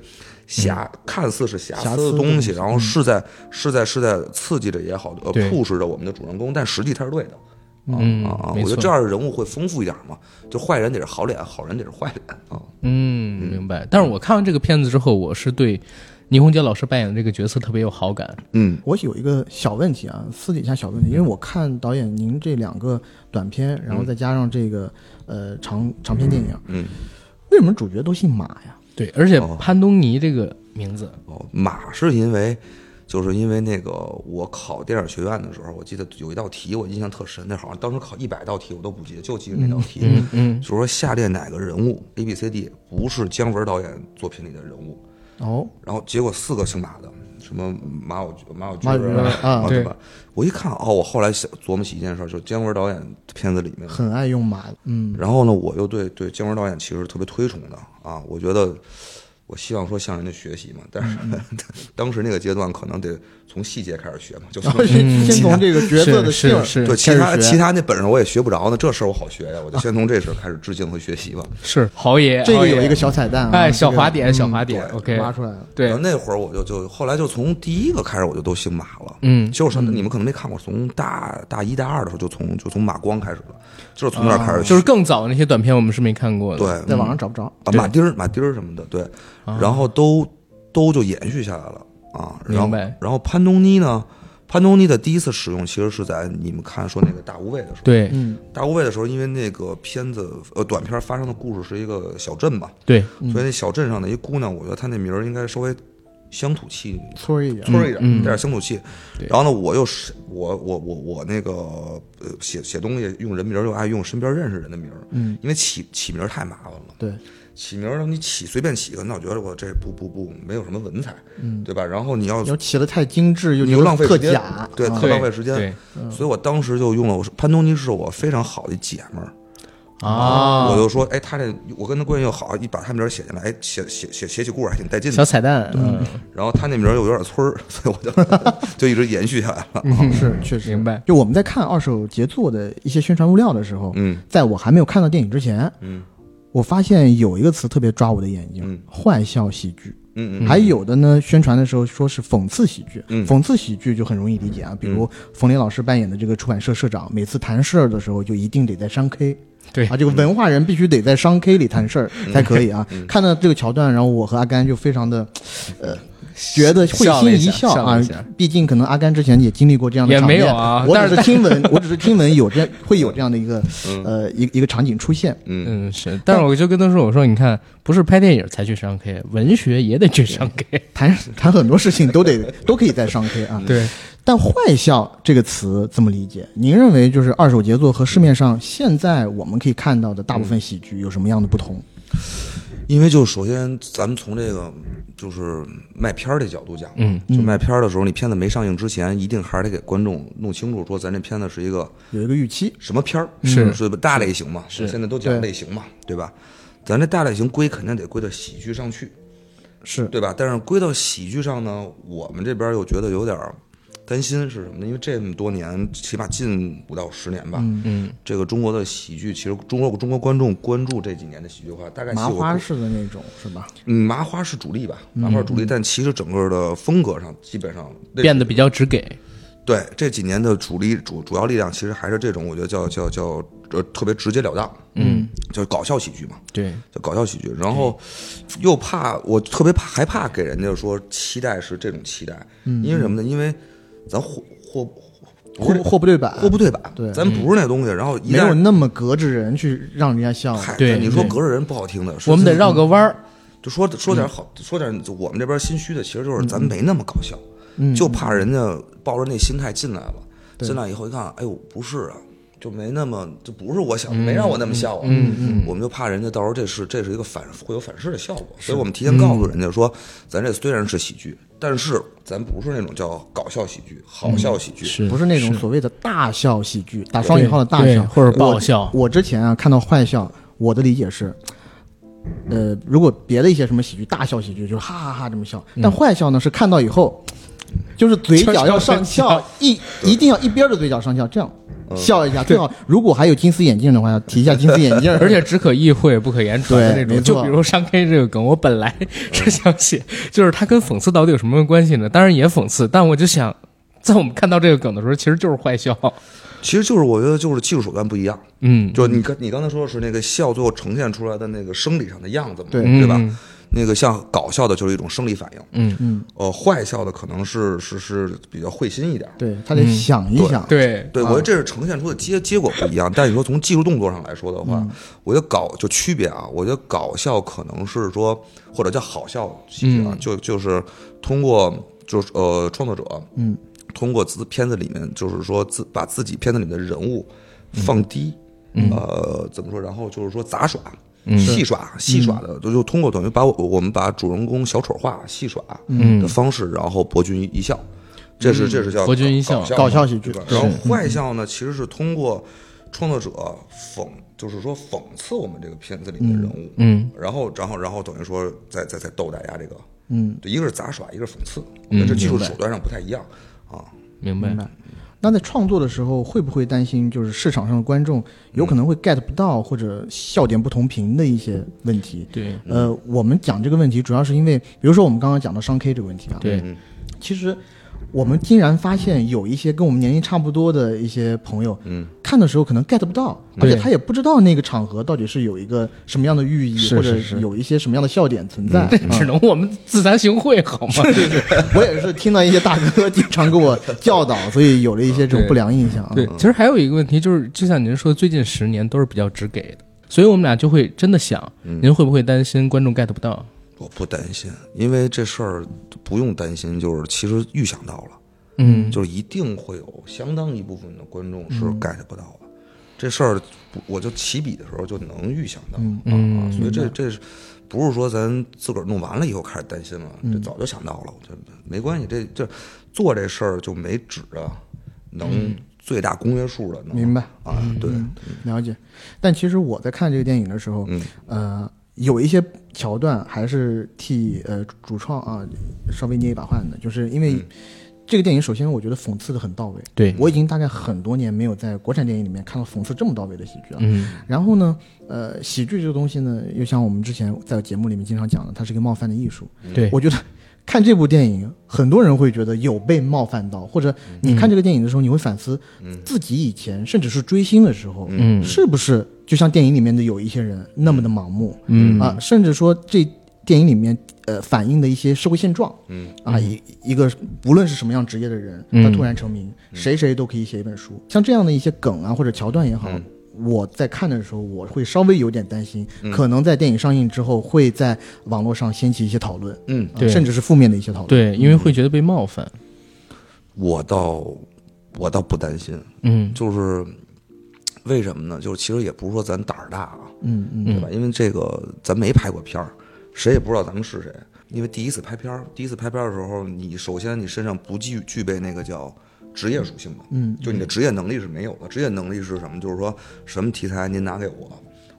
S3: 瑕，看似是瑕
S2: 瑕
S3: 疵
S2: 疵
S3: 的
S2: 的
S3: 东
S2: 东
S3: 西，
S2: 西
S3: 然后是在是在是在刺激着也好，呃
S1: 对
S3: ，push 着我们的主人公，但实际他是对的。啊
S1: 嗯
S3: 啊啊！
S1: 没
S3: 我觉
S1: 错
S3: 得这样的人物会丰富一点嘛，就坏人得是好脸，好人得是坏脸啊。
S1: 嗯，明白。但是我看完这个片子之后，我是对倪虹洁老师扮演的这个角色特别有好感。
S3: 嗯
S2: 我有一个小问题啊，私底下小问题，因为我看导演您这两个短片，然后再加上这个呃长长篇电影，
S3: 嗯
S2: 为什么主角都姓马呀？
S1: 对，而且
S3: 哦
S1: 潘东尼这个名字，
S3: 哦，马是因为，就是因为那个我考电影学院的时候，我记得有一道题我印象特深，那好像当时考一百道题我都不记得，就记得那道题，
S1: 嗯
S3: 就是说下列哪个人物 A B C D 不是姜文导演作品里的人物？
S2: 哦，
S3: 然后结果四个姓马的，什么马小马小军
S2: 马小军啊
S3: 啊，
S1: 对
S3: 对吧？我一看哦，我后来想琢磨起一件事儿，就是姜文导演片子里面，
S2: 很爱用马， 嗯，
S3: 然后呢，我又对对姜文导演其实特别推崇的啊，我觉得我希望说向人家学习嘛，但是、 当时那个阶段可能得从细节开始学嘛，就从
S2: 然后先先从这个角色的
S1: 是
S2: 性儿
S1: 是
S3: 对，
S2: 哦开
S3: 其
S2: 始
S3: 他
S2: 学
S3: 其他那本上我也学不着呢，这事儿我好学呀，我就先从这事儿开始致敬和学习吧。
S1: 是豪爷，
S2: 这
S1: 豪
S2: 个
S1: 爷
S2: 有一个小彩蛋啊，
S1: 哦哎
S2: 这
S1: 小
S2: 个
S1: 滑点，
S2: 嗯
S1: 小滑点
S3: 对
S1: ，OK，
S2: 挖出来了，
S3: 然
S1: 对
S3: 后，那会儿我就就后来就从第一个开始我就都姓马了，
S1: 嗯
S3: 就是你们可能没看过，从大大一大二的时候就从就从马光开始了，就是从那儿开
S1: 哦
S3: 始学，
S1: 就是更早那些短片我们是没看过的，
S3: 对，
S2: 在网
S3: 嗯
S2: 上找不着，
S3: 啊马丁儿马丁儿什么的，对，
S1: 啊
S3: 然后都都就延续下来了啊。然后
S1: 明白
S3: 然后潘东尼呢，潘东尼的第一次使用其实是在你们看说那个大无畏的时候，
S1: 对
S2: 嗯，
S3: 大无畏的时候，因为那个片子呃短片发生的故事是一个小镇嘛，
S1: 对，
S3: 所以那小镇上的一姑娘，我觉得她那名儿应该稍微乡土气
S2: 村儿一点，
S3: 村儿一点，
S1: 嗯嗯
S3: 带点乡土气。
S1: 对
S3: 然后呢，我又是我我我我那个呃写写东西用人名儿又爱用身边认识人的名儿，
S2: 嗯，
S3: 因为起起名儿太麻烦了。
S2: 对，
S3: 起名儿你起随便起一个，那我觉得我这不不不没有什么文采，
S2: 嗯，
S3: 对吧？然后你要
S2: 要起的太精致又
S3: 你
S2: 觉
S3: 又
S2: 得
S3: 浪费
S2: 特
S3: 时间
S2: 假，
S3: 对
S2: 啊
S3: 特浪费时间
S1: 对
S3: 所以我当时就用了，我说潘东尼是我非常好的姐们儿，
S1: 啊，
S3: 我就说，哎，他这我跟他关系又好，一把他名儿写进来，哎，写写写写起故事还挺带劲
S1: 小
S3: 的。
S1: 彩蛋，嗯，
S3: 然后他那名儿又有点村儿， 所以我就就一直延续下来了。
S2: 嗯是确实
S1: 明白
S2: 就我们在看二手杰作的一些宣传物料的时候，
S3: 嗯
S2: 在我还没有看到电影之前，
S3: 嗯
S2: 我发现有一个词特别抓我的眼睛，
S3: 嗯
S2: 坏笑喜剧。
S3: 嗯嗯，
S2: 还有的呢，宣传的时候说是讽刺喜剧，
S3: 嗯
S2: 讽刺喜剧就很容易理解
S1: 嗯
S2: 啊。比如冯林老师扮演的这个出版社社长，每次谈事儿的时候就一定得在商 K。
S1: 对
S2: 啊，这个文化人必须得在商 K 里谈事儿
S1: 嗯
S2: 才可以啊。看到这个桥段，然后我和阿甘就非常的觉得会
S1: 笑了
S2: 心
S1: 一
S2: 一
S1: 下
S2: 笑
S1: 笑
S2: 啊
S1: 了一下。
S2: 毕竟可能阿甘之前也经历过这样的
S1: 也
S2: 场面，
S1: 没有啊
S2: 我
S1: 但是
S2: 只是听闻， 我只是听闻有这会有这样的一个呃一一个场景出现。
S3: 嗯
S1: 嗯是，但是我就跟他说，我说你看，不是拍电影才去上 K，文学也得去上 K，
S2: 谈谈很多事情都得都可以在商 K 啊。
S3: 嗯
S1: 对，
S2: 但“坏笑”这个词怎么理解？您认为就是二手杰作和市面上现在我们可以看到的大部分喜剧有什么样的不同？
S3: 因为就首先咱们从这个就是卖片儿的角度讲，
S1: 嗯，
S3: 就卖片儿的时候，你片子没上映之前，一定还是得给观众弄清楚，说咱这片子是一个
S2: 有一个预期，
S3: 什么片儿，嗯
S1: 是
S3: 是不大类型嘛，
S1: 是
S3: 现在都讲
S2: 对
S3: 类型嘛，对吧？咱这大类型归肯定得归到喜剧上去，
S2: 是
S3: 对吧？但是归到喜剧上呢，我们这边又觉得有点儿担心是什么呢？因为这么多年，起码近五到十年吧，
S1: 嗯，
S3: 这个中国的喜剧，其实中国中国观众关注这几年的喜剧化，大概
S2: 麻
S3: 是有
S2: 花式的那种，是吧？
S3: 嗯，麻花是主力吧，麻花是主力，但其实整个的风格上基本上那
S1: 变得比较直给，
S3: 嗯对这几年的主力主主要力量，其实还是这种，我觉得叫叫叫呃特别直截了当，嗯，叫搞笑喜剧嘛，
S1: 对，
S3: 叫搞笑喜剧。然后又怕我特别怕害怕给人家说期待是这种期待，
S1: 嗯
S3: 因为什么呢？因为咱货货
S2: 货货不对版，
S3: 货不对版，
S2: 对
S3: 咱不是那东西，然后一
S2: 没有
S3: 旦
S2: 那么隔着人去让人家笑。
S3: 嗨，
S1: 对
S3: 你说
S1: 对
S3: 隔着人不好听的，是嗯
S1: 我们得绕个弯儿，
S3: 就说说点好，说点我们这边心虚的，其实就是咱没那么搞笑，就怕人家抱着那心态进来了，进来以后一看，哎呦，不是啊，就没那么，就不是我想，没让我那么笑啊，嗯嗯，我们就怕人家到时候这是这是一个反会有反噬的效果，所以我们提前告诉人家说，咱这虽然是喜剧，但是咱不是那种叫搞笑喜剧、好笑喜剧，
S1: 是
S2: 不是那种所谓的大笑喜剧，打双引号的大
S1: 对
S2: 笑
S1: 或者爆笑
S2: 我。我之前啊看到坏笑，我的理解是，呃，如果别的一些什么喜剧，大笑喜剧就是哈哈哈这么笑，
S1: 嗯
S2: 但坏笑呢是看到以后，就是嘴角要上
S1: 就是要。
S2: 翘，一一定要一边的嘴角上翘，这样笑一下。最好如果还有金丝眼镜的话，要提一下金丝眼镜
S1: 而且只可意会不可言传的那
S2: 对
S1: 种。
S2: 没
S1: 就
S2: 错
S1: 比如上 K 这个梗，我本
S3: 嗯
S1: 来是想写，就是它跟讽刺到底有什么关系呢？当然也讽刺，但我就想，在我们看到这个梗的时候，其实就是坏笑。
S3: 其实就是我觉得就是技术手段不一样，
S1: 嗯，
S3: 就你刚你刚才说的是那个笑最后呈现出来的那个生理上的样子嘛，
S2: 对
S3: 对吧
S1: 嗯？
S3: 那个像搞笑的就是一种生理反应，
S1: 嗯
S3: 嗯，呃，坏笑的可能是是是比较会心一点，
S2: 对
S1: 嗯
S2: 他得想一想，
S1: 对，
S3: 对，我觉得这是呈现出的结结果不一样。但你说从技术动作上来说的话，我觉得搞就区别啊，我觉得搞笑可能是说或者叫好笑喜剧啊，就就是通过就是呃创作者嗯，通过自片子里面就是说自把自己片子里面的人物放低，呃怎么说，然后就是说杂耍。戏耍戏耍的，就就通过等于把我我们把主人公小丑化戏耍的方式，然后博君一笑，这是这是
S1: 嗯
S3: 叫
S1: 博君一笑
S3: 搞笑
S2: 搞笑喜剧
S3: 对吧然后
S1: 嗯
S3: 坏笑呢，其实是通过创作者讽，就是说讽刺我们这个片子里面的人物，
S1: 嗯，
S3: 然后然后然后等于说再再再逗大家这个，
S2: 嗯，
S3: 对，一个是杂耍，一个是讽刺，我
S1: 嗯
S3: 觉得这技术手段上不太一样啊。
S1: 明
S2: 明
S1: 白。
S2: 白。那在创作的时候，会不会担心就是市场上的观
S1: 嗯
S2: 众有可能会 get 不到或者笑点不同频的一些问题？
S1: 对，
S2: 呃，我们讲这个问题主要是因为，比如说我们刚刚讲到商 K 这个问题啊，
S1: 对，
S2: 其实我们竟然发现有一些跟我们年龄差不多的一些朋友，嗯，看的时候可能 get 不到，而
S1: 对
S2: 且他也不知道那个场合到底是有一个什么样的寓意，
S1: 是
S2: 或
S1: 是
S2: 者
S1: 是嗯
S2: 有一些什么样的笑点存在。啊
S1: 只能我们自惭形秽，好吗？
S2: 我也是听到一些大哥经常给我教导，所以有了一些这种不良印象啊。
S1: 对，其实还有一个问题就是，就像您说，最近十年都是比较直给的，所以我们俩就会真的想，您会不会担心观众 get 不到？
S3: 我不担心，因为这事儿不用担心，就是其实预想到了，
S1: 嗯，
S3: 就是一定会有相当一部分的观众是 get 不到的。这事儿不我就起笔的时候就能预想到，啊，所以这这是不是说咱自个儿弄完了以后开始担心了？这早就想到了，我觉得没关系，这这做这事儿就没指着能最大公约数的能
S2: 明白
S3: 啊，对，
S2: 了解，但其实我在看这个电影的时候，
S3: 嗯
S2: 呃，有一些桥段还是替呃主创啊稍微捏一把汗的，就是因
S1: 嗯
S2: 为这个电影，首先我觉得讽刺的很到位。
S1: 对，
S2: 我已经大概很多年没有在国产电影里面看到讽刺这么到位的喜剧了。
S1: 嗯，
S2: 然后呢，呃，喜剧这个东西呢，又像我们之前在节目里面经常讲的，它是一个冒犯的艺术。
S1: 对，
S2: 我觉得看这部电影，很多人会觉得有被冒犯到，或者
S1: 嗯
S2: 你看这个电影的时候，你会反思
S3: 嗯
S2: 自己以前，甚至是追星的时候，
S1: 嗯
S2: 是不是就像电影里面的有一些人那么的盲目，
S1: 嗯
S2: 啊，甚至说这电影里面呃反映的一些社会现状，
S3: 嗯
S2: 啊，一一个无论是什么样职业的人，
S1: 嗯
S2: 他突然成名，谁谁都可以写一本书，像这样的一些梗啊或者桥段也好。
S1: 嗯
S2: 我在看的时候，我会稍微有点担心，
S1: 嗯
S2: 可能在电影上映之后，会在网络上掀起一些讨论。
S3: 嗯，
S2: 啊
S1: 对
S2: 甚至是负面的一些讨论。，
S1: 对，因为会觉得被冒犯。
S3: 我倒我倒不担心，
S1: 嗯
S3: 就是为什么呢？就是其实也不是说咱胆儿大啊，
S2: 嗯嗯，
S3: 对吧？因为这个咱没拍过片儿，谁也不知道咱们是谁。因为第一次拍片儿，第一次拍片儿的时候，你首先你身上不具具备那个叫职业属性嘛，
S2: 嗯，
S3: 就你的职业能力是没有的。职业能力是什么？就是说什么题材您拿给我，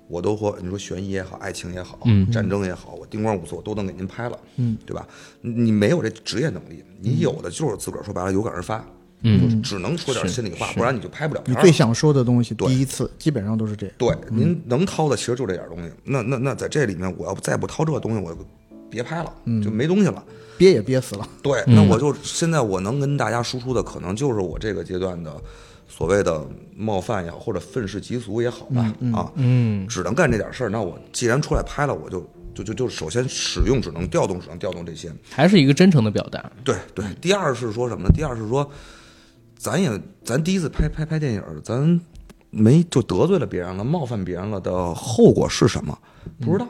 S3: 我都会你说悬疑也好，爱情也好，
S2: 嗯
S3: 战争也好，我叮咣五四我都能给您拍了，嗯，对吧？你你没有这职业能力，你有的就是自个儿说白了有感而发，嗯，就是只能说点心里话，不然你就拍不了
S2: 你
S3: 片儿
S2: 最
S3: 了。
S2: 想说的东西，
S3: 对
S2: 第一次基本上都是这样。
S3: 对，
S1: 嗯
S3: 您能掏的其实就这点东西。那那那在这里面，我要再不掏这东西，我就别拍了，
S1: 嗯
S3: 就没东西了。
S2: 憋也憋死了。
S3: 对，那我就现在我能跟大家输出的，可能就是我这个阶段的所谓的冒犯也好，或者愤世嫉俗也好吧，啊，
S1: 嗯，
S3: 只能干这点事儿。那我既然出来拍了，我就就就就首先使用只能调动，只能调动这些。
S1: 还是一个真诚的表达。
S3: 对对，第二是说什么呢？第二是说，咱也咱第一次拍拍拍电影儿，咱没就得罪了别人了，冒犯别人了的后果是什么？不知道，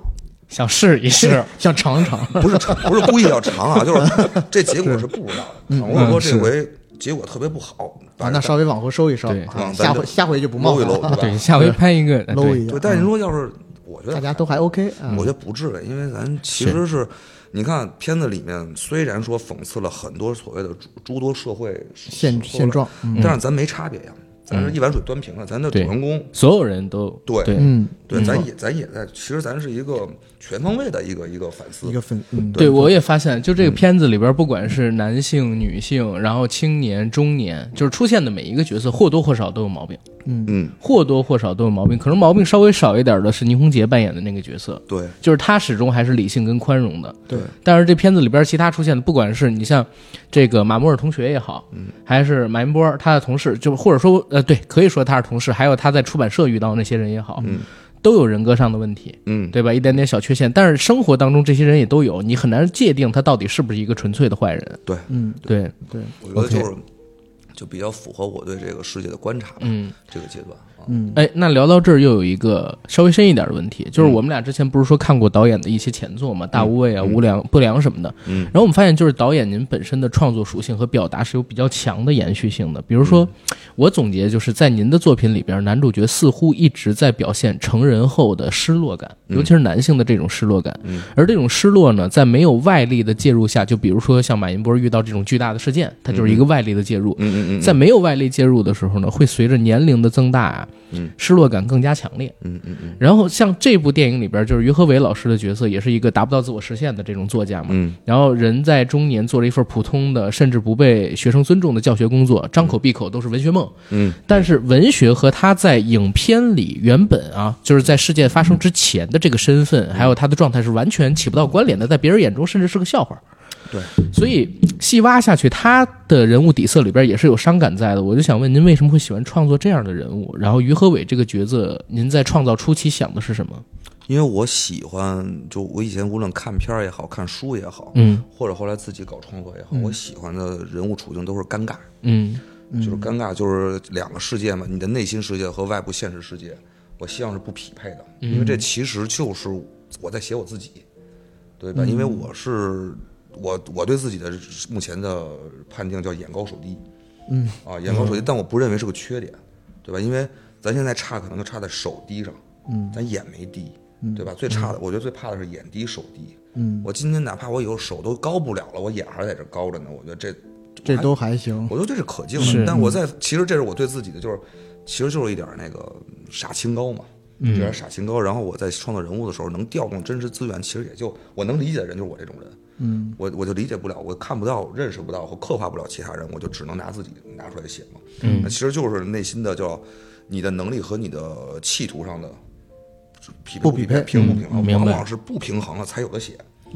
S1: 想试一试，
S2: 想尝一尝。
S3: 不是不是故意要尝 啊，就是这结果是不知道的。倘若说这回结果特别不好，
S2: 嗯啊，
S3: 反
S2: 那
S3: 正
S2: 稍微往后收一收
S1: 对，
S2: 啊
S3: 往咱
S2: 下回
S3: 这
S2: 下回就不冒
S3: 搂一
S2: 犯
S3: 搂
S2: 了，啊
S3: 对 吧？
S1: 对，下回拍一个，哎
S2: 搂
S1: 对
S2: 一下
S3: 对，。但是你说要是我觉得
S2: 啊嗯大家都还 OK 啊
S3: 我觉。得不至于，因为咱其实是，你看片子里面虽然说讽刺了很多所谓的诸诸多社会
S2: 现
S3: 社会
S2: 现状，
S3: 但是咱没差别呀，咱是一碗水端平的，咱的主人公。
S1: 所有人都
S3: 对
S1: 对，
S2: 嗯，
S3: 对，咱也咱也在，其实咱是一个全方位的一个一个反思
S2: 一。个分，嗯，
S1: 对，嗯我也发现，就这个片子里边，不管是男性、女性，然后青年、中年，就是出现的每一个角色，或多或少都有毛病，
S3: 嗯，
S1: 或多或少都有毛病。可能毛病稍微少一点的是倪虹洁扮演的那个角色，
S3: 对，
S1: 就是她始终还是理性跟宽容的。
S2: 对，
S1: 但是这片子里边其他出现的，不管是你像这个马莫尔同学也好，还是马云波他的同事，就或者说呃，对，可以说他是同事，还有他在出版社遇到的那些人也好，都有人格上的问题。
S3: 嗯，
S1: 对吧？一点点小缺陷，但是生活当中这些人也都有，你很难界定他到底是不是一个纯粹的坏人。
S3: 对，
S2: 嗯，
S1: 对，
S2: 对，
S3: 我觉得
S1: OK
S3: 就是就比较符合我对这个世界的观察吧。
S1: 嗯，
S3: 这个阶段啊，
S1: 哎，那聊到这儿又有一个稍微深一点的问题，就是我们俩之前不是说看过导演的一些前作嘛，《大无畏》啊，无良不良》什么的。
S3: 嗯
S1: 然后我们发现，就是导演您本身的创作属性和表达是有比较强的延续性的。比如说，我总结就是在您的作品里边，男主角似乎一直在表现成人后的失落感，尤其是男性的这种失落感。
S3: 嗯
S1: 而这种失落呢，在没有外力的介入下，就比如说像马云波遇到这种巨大的事件，它就是一个外力的介入。
S3: 嗯嗯嗯，
S1: 在没有外力介入的时候呢，会随着年龄的增大啊，
S3: 嗯
S1: 失落感更加强烈。
S3: 嗯嗯嗯
S1: 然后像这部电影里边，就是于和伟老师的角色也是一个达不到自我实现的这种作家嘛。
S3: 嗯
S1: 然后人在中年做了一份普通的，甚至不被学生尊重的教学工作，张口闭口都是文学梦。
S3: 嗯
S1: 但是文学和他在影片里原本啊，就是在事件发生之前的这个身份，还有他的状态是完全起不到关联的，在别人眼中甚至是个笑话。
S3: 对，
S1: 所以细挖下去，他的人物底色里边也是有伤感在的。我就想问您，为什么会喜欢创作这样的人物？然后于和伟这个角色，您在创造初期想的是什么？
S3: 因为我喜欢，就我以前无论看片儿也好看书也好，
S1: 嗯
S3: 或者后来自己搞创作也好，我喜欢的人物处境都是尴尬，
S1: 嗯
S3: 就是尴尬，就是两个世界嘛，你的内心世界和外部现实世界，我希望是不匹配的，因为这其实就是我在写我自己，对吧？因为我是我我对自己的目前的判定叫眼高手低，嗯啊，眼高手低，但我不认为是个缺点，对吧？因为咱现在差可能就差在手低上，嗯，咱眼没低，对吧？最差的，我觉得最怕的是眼低手低。
S2: 嗯，
S3: 我今天哪怕我以后手都高不了了，我眼还在这高着呢，我觉得这
S2: 这都还行。
S3: 我觉得这是可敬
S1: 是
S3: 的。但我在其实这是我对自己的，就是其实就是一点儿那个傻清高嘛，有点傻清高。然后我在创作人物的时候，能调动真实资源，其实也就我能理解的人就是我这种人。嗯，我我就理解不了，我看不到、认识不到和刻画不了其他人，我就只能拿自己拿出来写嘛。嗯，那其实就是内心的叫你的能力和你的企图上的匹配
S2: 不
S3: 匹
S2: 匹配
S3: 平不平衡，
S1: 嗯明白
S3: 往往是不平衡了才有的写。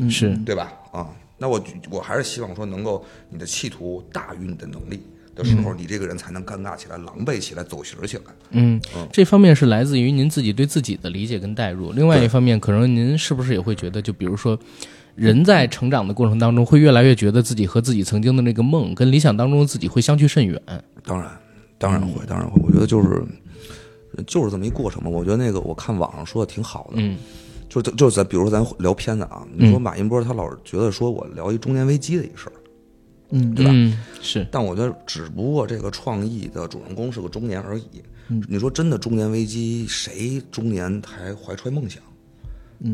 S1: 是
S3: 对吧？啊，那我我还是希望说，能够你的企图大于你的能力的时候，你这个人才能尴尬起来、狼狈起来、走形儿起来。
S1: 嗯，这方面是来自于您自己对自己的理解跟代入，另外一方面，可能您是不是也会觉得，就比如说，人在成长的过程当中，会越来越觉得自己和自己曾经的那个梦跟理想当中的自己会相去甚远。
S3: 当然，当然会，当然会。我觉得就是就是这么一过程嘛。我觉得那个我看网上说的挺好的，
S1: 嗯，
S3: 就就就咱比如说咱聊片子啊，你说马云波他老是觉得说我聊一中年危机的一事儿，
S2: 嗯
S3: 对吧
S1: 嗯，是，
S3: 但我觉得只不过这个创意的主人公是个中年而已。你说真的中年危机，谁中年还怀揣梦想？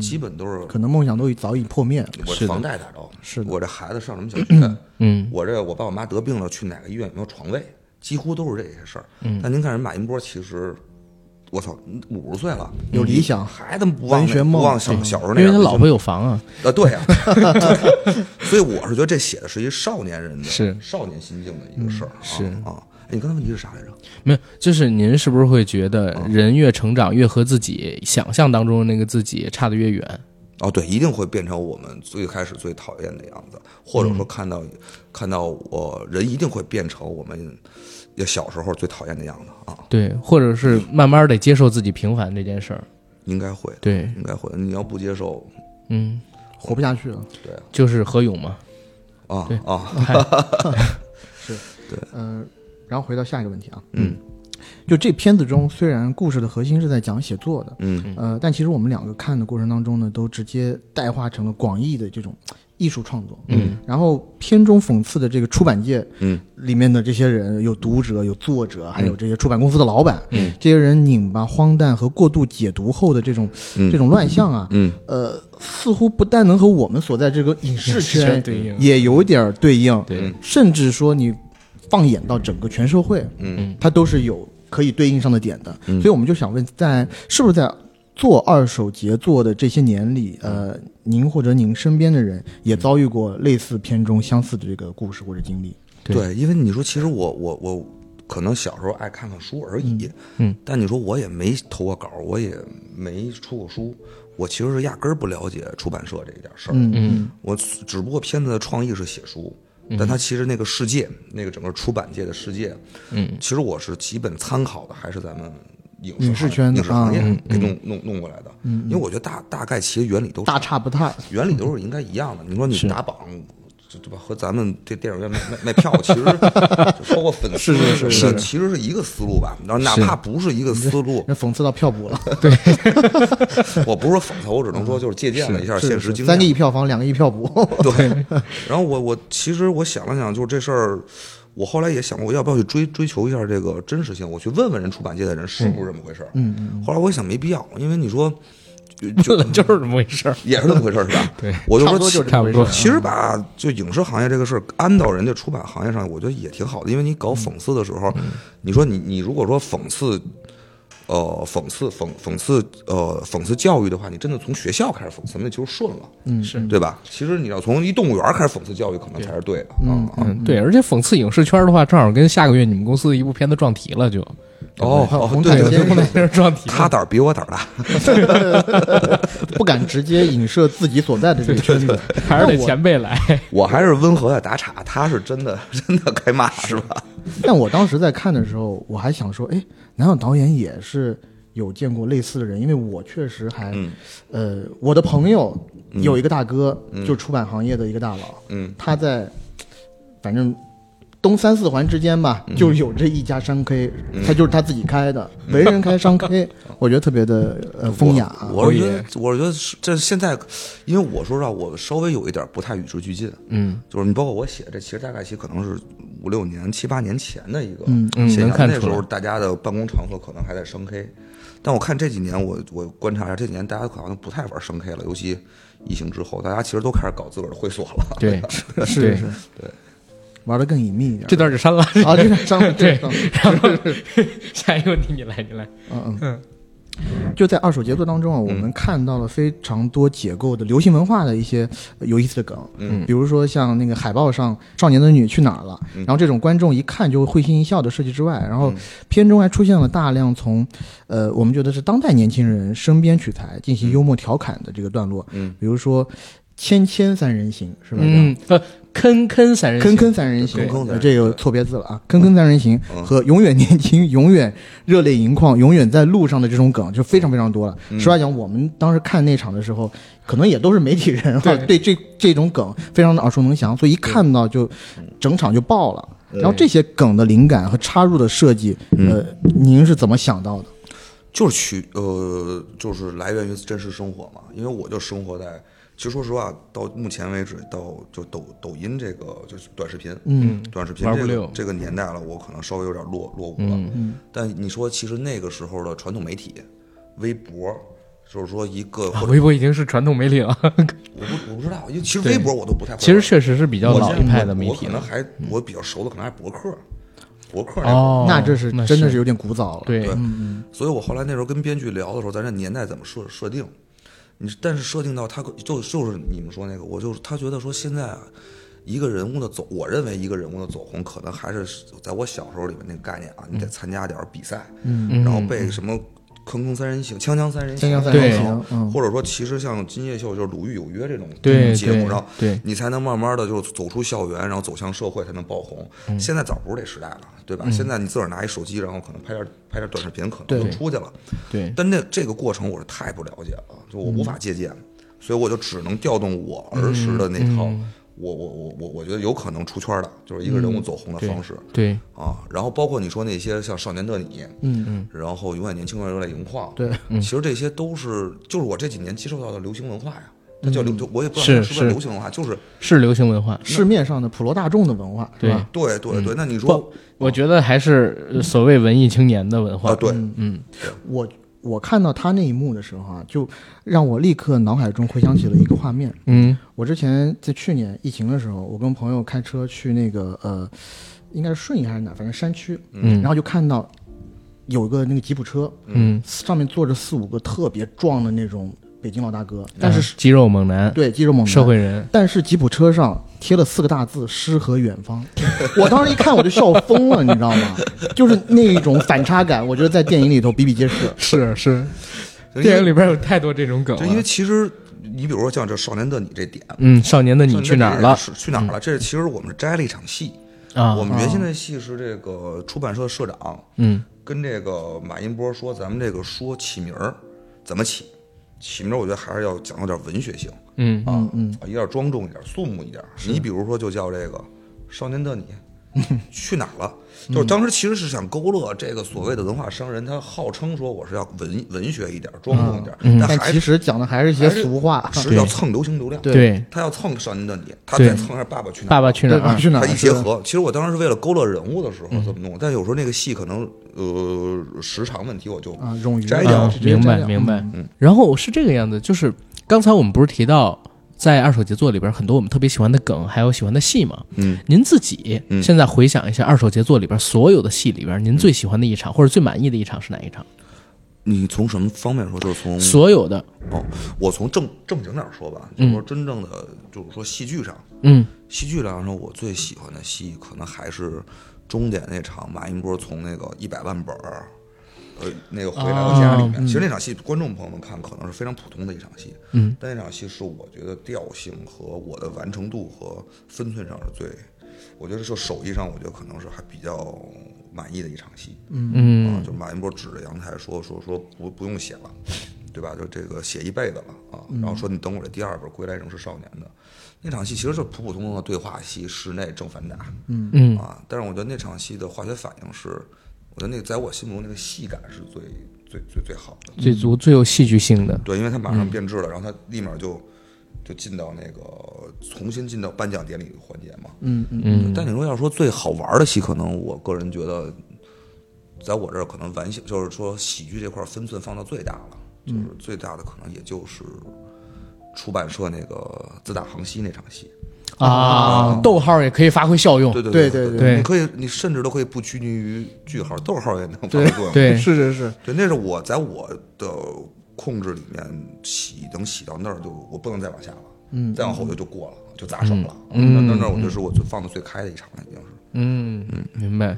S3: 基本都是
S2: 可能梦想都已早已破灭。
S3: 我
S1: 是的
S3: 房贷打着，
S2: 是的
S3: 我这孩子上什么小学，
S1: 嗯
S3: 我这我爸我妈得病了去哪个医院有没有床位，几乎都是这些事儿。
S1: 嗯
S3: 但您看人马云波，其实我操，五十岁了，
S1: 嗯
S2: 有理想
S3: 还他妈不忘
S2: 文学
S3: 那
S2: 梦
S3: 不忘小小时
S1: 因
S3: 候那
S1: 为
S3: 样，
S1: 他老婆有房啊。
S3: 啊，对呀、所以我是觉得这写的是一少年人的
S1: 是嗯
S3: 少年心境的一个事儿、啊，
S1: 是
S3: 啊。哎你刚才问题是啥来着？
S1: 没有，就是您是不是会觉得人越成长越和自己想象当中的那个自己差得越远？
S3: 哦，对，一定会变成我们最开始最讨厌的样子，或者说看到、看到我人一定会变成我们也小时候最讨厌的样子啊，
S1: 对，或者是慢慢得接受自己平凡这件事儿。
S3: 应该会，
S1: 对，
S3: 应该会。你要不接受，
S1: 嗯，
S2: 活不下去了。
S3: 对啊
S1: 就是何勇 嘛。
S3: 啊
S1: 对
S3: 啊，
S1: 嗨
S2: 嗯、然后回到下一个问题啊，
S3: 嗯
S2: 就这片子中，虽然故事的核心是在讲写作的，
S3: 嗯
S2: 呃，但其实我们两个看的过程当中呢，都直接代化成了广义的这种艺术创作。
S1: 嗯，
S2: 然后片中讽刺的这个出版界
S3: 嗯
S2: 里面的这些人，有读者，有作者，还有这些出版公司的老板，
S3: 嗯，
S2: 这些人拧巴、荒诞和过度解读后的这种、
S3: 嗯
S2: 这种乱象啊，
S3: 嗯，
S2: 呃，似乎不但能和我们所在这个影视圈
S1: 对应嗯
S2: 也有点儿对应，
S1: 对，
S2: 甚至说你放眼到整个全社会，
S3: 嗯，
S2: 它都是有可以对应上的点的。所以我们就想问，在是不是在做二手杰作的这些年里，呃，您或者您身边的人也遭遇过类似片中相似的这个故事或者经历？
S1: 对
S3: 对，因为你说，其实我我我可能小时候爱看看书而已，
S1: 嗯嗯
S3: 但你说我也没投过稿，我也没出过书，我其实是压根儿不了解出版社这一点事儿，
S2: 嗯嗯
S1: 嗯
S3: 我只不过片子的创意是写书，但它其实那个世界，那个整个出版界的世界，
S1: 嗯，
S3: 其实我是基本参考的还是咱们影
S2: 嗯影视
S3: 视行
S2: 圈的
S3: 影视行业
S2: 啊
S3: 给弄弄弄过来的，因为我觉得大大概其实原理都是
S2: 嗯大差不差，
S3: 原理都是应该一样的。你说你打榜，这对吧？和咱们这电影院卖卖卖票，其实包括粉丝
S2: 是是是
S3: 是，其实是一个思路吧。然后哪怕不是一个思路，
S2: 那讽刺到票补了，
S3: 我不是说讽刺，我只能说就是借鉴了一下
S2: 是
S3: 现
S2: 是
S3: 实经
S2: 三个一
S3: 验。
S2: 票房，两个一票补，
S3: 对，然后我我其实我想了想，就是这事儿，我后来也想过，要不要去追追求一下这个真实性？我去问问人出版界的人是不是这么回事儿。
S2: 嗯嗯，
S3: 后来我一想没必要，因为你 说就
S1: 问
S3: 就
S1: 了就是这么回事儿。
S3: 也是这么回事儿，是吧？
S1: 对，
S3: 我就
S2: 差不
S3: 说
S2: 多
S3: 其
S2: 就是这回
S1: 差不
S2: 事
S1: 多
S2: 儿。
S3: 其实把就影视行业这个事儿安到人家出版行业上，我觉得也挺好的，因为你搞讽刺的时候，你说你你如果说讽刺，呃，讽刺讽讽刺呃讽刺教育的话，你真的从学校开始讽刺，那就是顺了，
S2: 嗯
S1: 是
S3: 对吧？其实你要从一动物园开始讽刺教育，可能才是对的啊。
S1: 嗯，对，而且讽刺影视圈的话，正好跟下个月你们公司的一部片子撞题 了，就
S3: 哦，
S2: 还有
S3: 哦
S2: 红
S3: 对
S2: 毯
S3: 对
S2: 先
S3: 对，
S1: 不能就是撞题了。
S3: 他胆儿比我胆儿大，
S2: 不敢直接影射自己所在的这个圈子，
S1: 还是得
S2: 那我
S1: 前辈来，
S3: 我还是温和的打岔，他是真的 真的该骂是吧？
S2: 但我当时在看的时候，我还想说，哎，南有导演也是有见过类似的人，因为我确实还，
S3: 嗯
S2: 呃，我的朋友有一个大哥，就出版行业的一个大佬，
S3: 嗯
S2: 他在反正东三四环之间吧，就有这一家商 K，、他就是他自己开的，没人开商 K，我觉得特别的呃风雅。
S3: 我是觉
S1: 啊我
S3: 得，我是觉得是这现在，因为我说实话，我稍微有一点不太与时俱进。
S1: 嗯，
S3: 就是你包括我写这，其实大概其实可能是五六年、七八年前的一个
S2: 嗯
S1: 嗯
S3: 现象。
S1: 能看
S3: 那
S1: 出
S3: 时
S1: 来
S3: 候大家的办公场所可能还在升 K，但我看这几年，我我观察一下，这几年大家好像不太玩升 K 了，尤其疫情之后，大家其实都开始搞自个儿的会所了。
S1: 对，
S2: 是
S1: 对
S2: 是，玩的更隐秘一点。
S1: 这段就删了。
S2: 啊，这个商
S1: 对
S2: 这个商
S1: 然后 下一个问题你来，你来。
S2: 嗯嗯，就在二手杰作当中啊，我们看到了非常多解构的流行文化的一些呃有意思的梗，
S3: 嗯
S2: 比如说像那个海报上《少年的你去哪儿了》，然后这种观众一看就会心一笑的设计之外，然后片中还出现了大量从呃我们觉得是当代年轻人身边取材进行幽默调侃的这个段落，
S3: 嗯，
S2: 比如说“谦谦三人行”是吧？
S1: 嗯，呃，坑坑三人行
S2: 坑坑三人行，
S3: 坑坑三人行
S2: 呃这个错别字了啊！坑坑三人行
S3: 嗯
S2: 和永远年轻、永远热泪盈眶、永远在路上的这种梗就非常非常多了。
S1: 嗯
S2: 实话讲，我们当时看那场的时候，可能也都是媒体人哈，
S1: 对
S2: 对这这种梗非常的耳熟能详，所以一看到就整场就爆了。
S1: 嗯对嗯
S2: 然后这些梗的灵感和插入的设计，呃，您是怎么想到的？
S3: 就是取呃，就是来源于真实生活嘛。因为我就生活在，其实说实话，到目前为止，到就抖抖音这个就是短视频，
S2: 嗯，
S3: 短视频
S1: 玩
S3: 这
S1: 不嗯
S3: 个
S1: 溜
S3: 这个年代了，我可能稍微有点落落伍了。但你说，其实那个时候的传统媒体，微博，就是说一个
S1: 啊
S3: 或者
S1: 微博已经是传统媒体了，
S3: 我不我不知道，因为其实
S1: 对
S3: 微博我都不太会玩。
S1: 其实确实是比较
S3: 我
S1: 老一
S3: 现在
S1: 派的媒
S3: 我
S1: 体
S3: 可能
S1: 了。
S3: 还我比较熟的可能还博客，博客那会儿
S1: 哦，
S2: 那这是
S1: 那
S2: 真的是有点古早了。，
S1: 对
S3: 对，
S2: 嗯
S3: 所以我后来那时候跟编剧聊的时候，咱这年代怎么设设定？你但是设定到他可就就是你们说那个，我就是他觉得说现在啊，一个人物的走，我认为一个人物的走红，可能还是在我小时候里面那个概念啊，你得参加点儿比赛，
S2: 嗯
S3: 然后被什么坑坑三人行、锵锵三人行、
S2: 锵锵三
S1: 人
S3: 然
S2: 行
S3: 后
S2: 嗯
S3: 或者说其实像今夜秀就是《鲁豫有约》这种
S1: 对
S3: 节目，
S1: 对
S3: 然后
S1: 对
S3: 你才能慢慢的就是走出校园，然后走向社会才能爆红。现在早不是这时代了，对吧？现在你自个儿拿一手机，然后可能拍点拍点短视频，可能就
S1: 对
S3: 出去了。
S1: 对，
S3: 但那这个过程我是太不了解了，就我无法借鉴，所以我就只能调动我儿时的那
S1: 嗯
S3: 套，我我我我我觉得有可能出圈的，就是一个人物走红的
S1: 对
S3: 方式、
S1: 对，
S3: 啊。然后包括你说那些像《少年的你》，
S2: 嗯
S3: 嗯，然后《永远年轻，永远热泪盈眶》，
S2: 对，
S3: 其实这些都是就是我这几年接受到的流行文化呀。它叫流，就我也不知
S1: 是
S3: 道是不是
S1: 是
S3: 流行文化，就是
S1: 是流行文化。
S2: 市面上的普罗大众的文化是
S1: 对
S2: 吧？
S3: 对对
S1: 嗯
S3: 对。那你说
S1: 不，我觉得还是呃所谓文艺青年的文化。
S3: 啊，对，
S1: 嗯，
S2: 我我看到他那一幕的时候啊，就让我立刻脑海中回想起了一个画面。
S1: 嗯
S2: 我之前在去年疫情的时候，我跟朋友开车去那个呃，应该是顺义还是哪，反正山区，
S1: 嗯
S2: 然后就看到有个那个吉普车，
S1: 嗯，
S2: 上面坐着四五个特别壮的那种北京老大哥，但是、
S1: 嗯肌肉猛男，
S2: 对肌肉猛男
S1: 社会人，
S2: 但是吉普车上贴了四个大字“诗和远方”， 我当时一看我就笑疯了，你知道吗？ 就是那一种反差感，我觉得在电影里头比比皆是。
S1: 是是，
S3: 就因
S1: 电影
S3: 为
S1: 里边有太多这种梗
S3: 就因为
S1: 了。
S3: 其实你比如说像这《少年的你》这点，
S1: 嗯，少年的你去哪儿了？嗯
S3: 是去哪儿了？这其实我们是摘了一场戏。
S1: 啊
S3: 我，们原先的戏是这个出版社社长
S1: 嗯
S3: 跟这个马音波说，咱们这个说起名儿怎么起？起名儿我觉得还是要讲究点文学性
S1: 嗯
S3: 啊，嗯嗯，有点庄重一点，肃穆一点。你比如说就叫这个《少年的你》，去哪儿了？就是当时其实是想勾勒这个所谓的文化商人，他号称说我是要文文学一点，庄重一点，
S1: 嗯
S3: 但
S2: 嗯但
S3: 还
S2: 其实讲的还是一些俗话。
S3: 是要蹭流行流量，
S1: 对，
S3: 他要蹭少年的你，他
S1: 对
S3: 再蹭一下爸爸去哪儿
S1: 爸爸去哪
S2: 对
S1: 儿？
S2: 去哪儿
S3: 它一结
S2: 是
S3: 合，其实我当时是为了勾勒人物的时候怎么弄，但有时候那个戏可能呃时长问题，我就
S2: 啊，冗余
S3: 摘
S2: 啊
S3: 掉
S1: 嗯
S2: 直接
S1: 明
S2: 摘
S1: 白
S2: 掉
S1: 明白
S2: 嗯。
S1: 然后是这个样子，就是刚才我们不是提到，在二手杰作里边很多我们特别喜欢的梗，还有喜欢的戏嘛。
S3: 嗯，
S1: 您自己
S3: 嗯
S1: 现在回想一下，二手杰作里边所有的戏里边，您最喜欢的一场或者最满意的一场是哪一场？
S3: 你从什么方面说？就是从
S1: 所有的，
S3: 哦，我从正正经点儿说吧，就是说真正的就是说戏剧上，
S1: 嗯
S3: 戏剧上说我最喜欢的戏可能还是终点那场马云波从那个一百万本儿。呃，那个回到家
S1: 哦
S3: 里面，其实那场戏观众朋友们看可能是非常普通的一场戏，
S1: 嗯，
S3: 但那场戏是我觉得调性和我的完成度和分寸上是最，我觉得就手艺上，我觉得可能是还比较满意的一场戏。嗯啊，
S1: 嗯
S3: 就马云波指着阳台说说说不不用写了，对吧？就这个写一辈子了
S1: 嗯
S3: 啊。然后说你等我这第二本《归来仍是少年》的那场戏，其实就是普普通通的对话戏，室内正反打。嗯
S1: 嗯
S3: 啊，但是我觉得那场戏的化学反应是，我觉得那在我心目中那个戏感是最最最最好的。
S1: 最足最有戏剧性的，
S3: 对，因为他马
S1: 嗯
S3: 上变质了，然后他立马就就进到那个重新进到颁奖典礼的环节嘛。
S2: 嗯嗯，
S1: 嗯
S3: 但你说要说最好玩的戏，可能我个人觉得，在我这儿可能玩笑就是说喜剧这块分寸放到最大了，就是最大的可能也就是出版社那个自打航西那场戏。
S1: 啊，逗号也可以发挥效用。
S3: 对哦对
S2: 对
S3: 对
S2: 对
S1: 对
S3: 你可以，你甚至都可以不拘泥于句号、逗号也能发挥作用。
S1: 对
S2: 是是是，
S3: 对，那是我在我的控制里面洗，能洗到那儿就我不能再往下了，嗯，再往后就就过了，就砸手了，嗯，那那那我就是我最放的最开的一场了，已经是。
S1: 嗯，明白。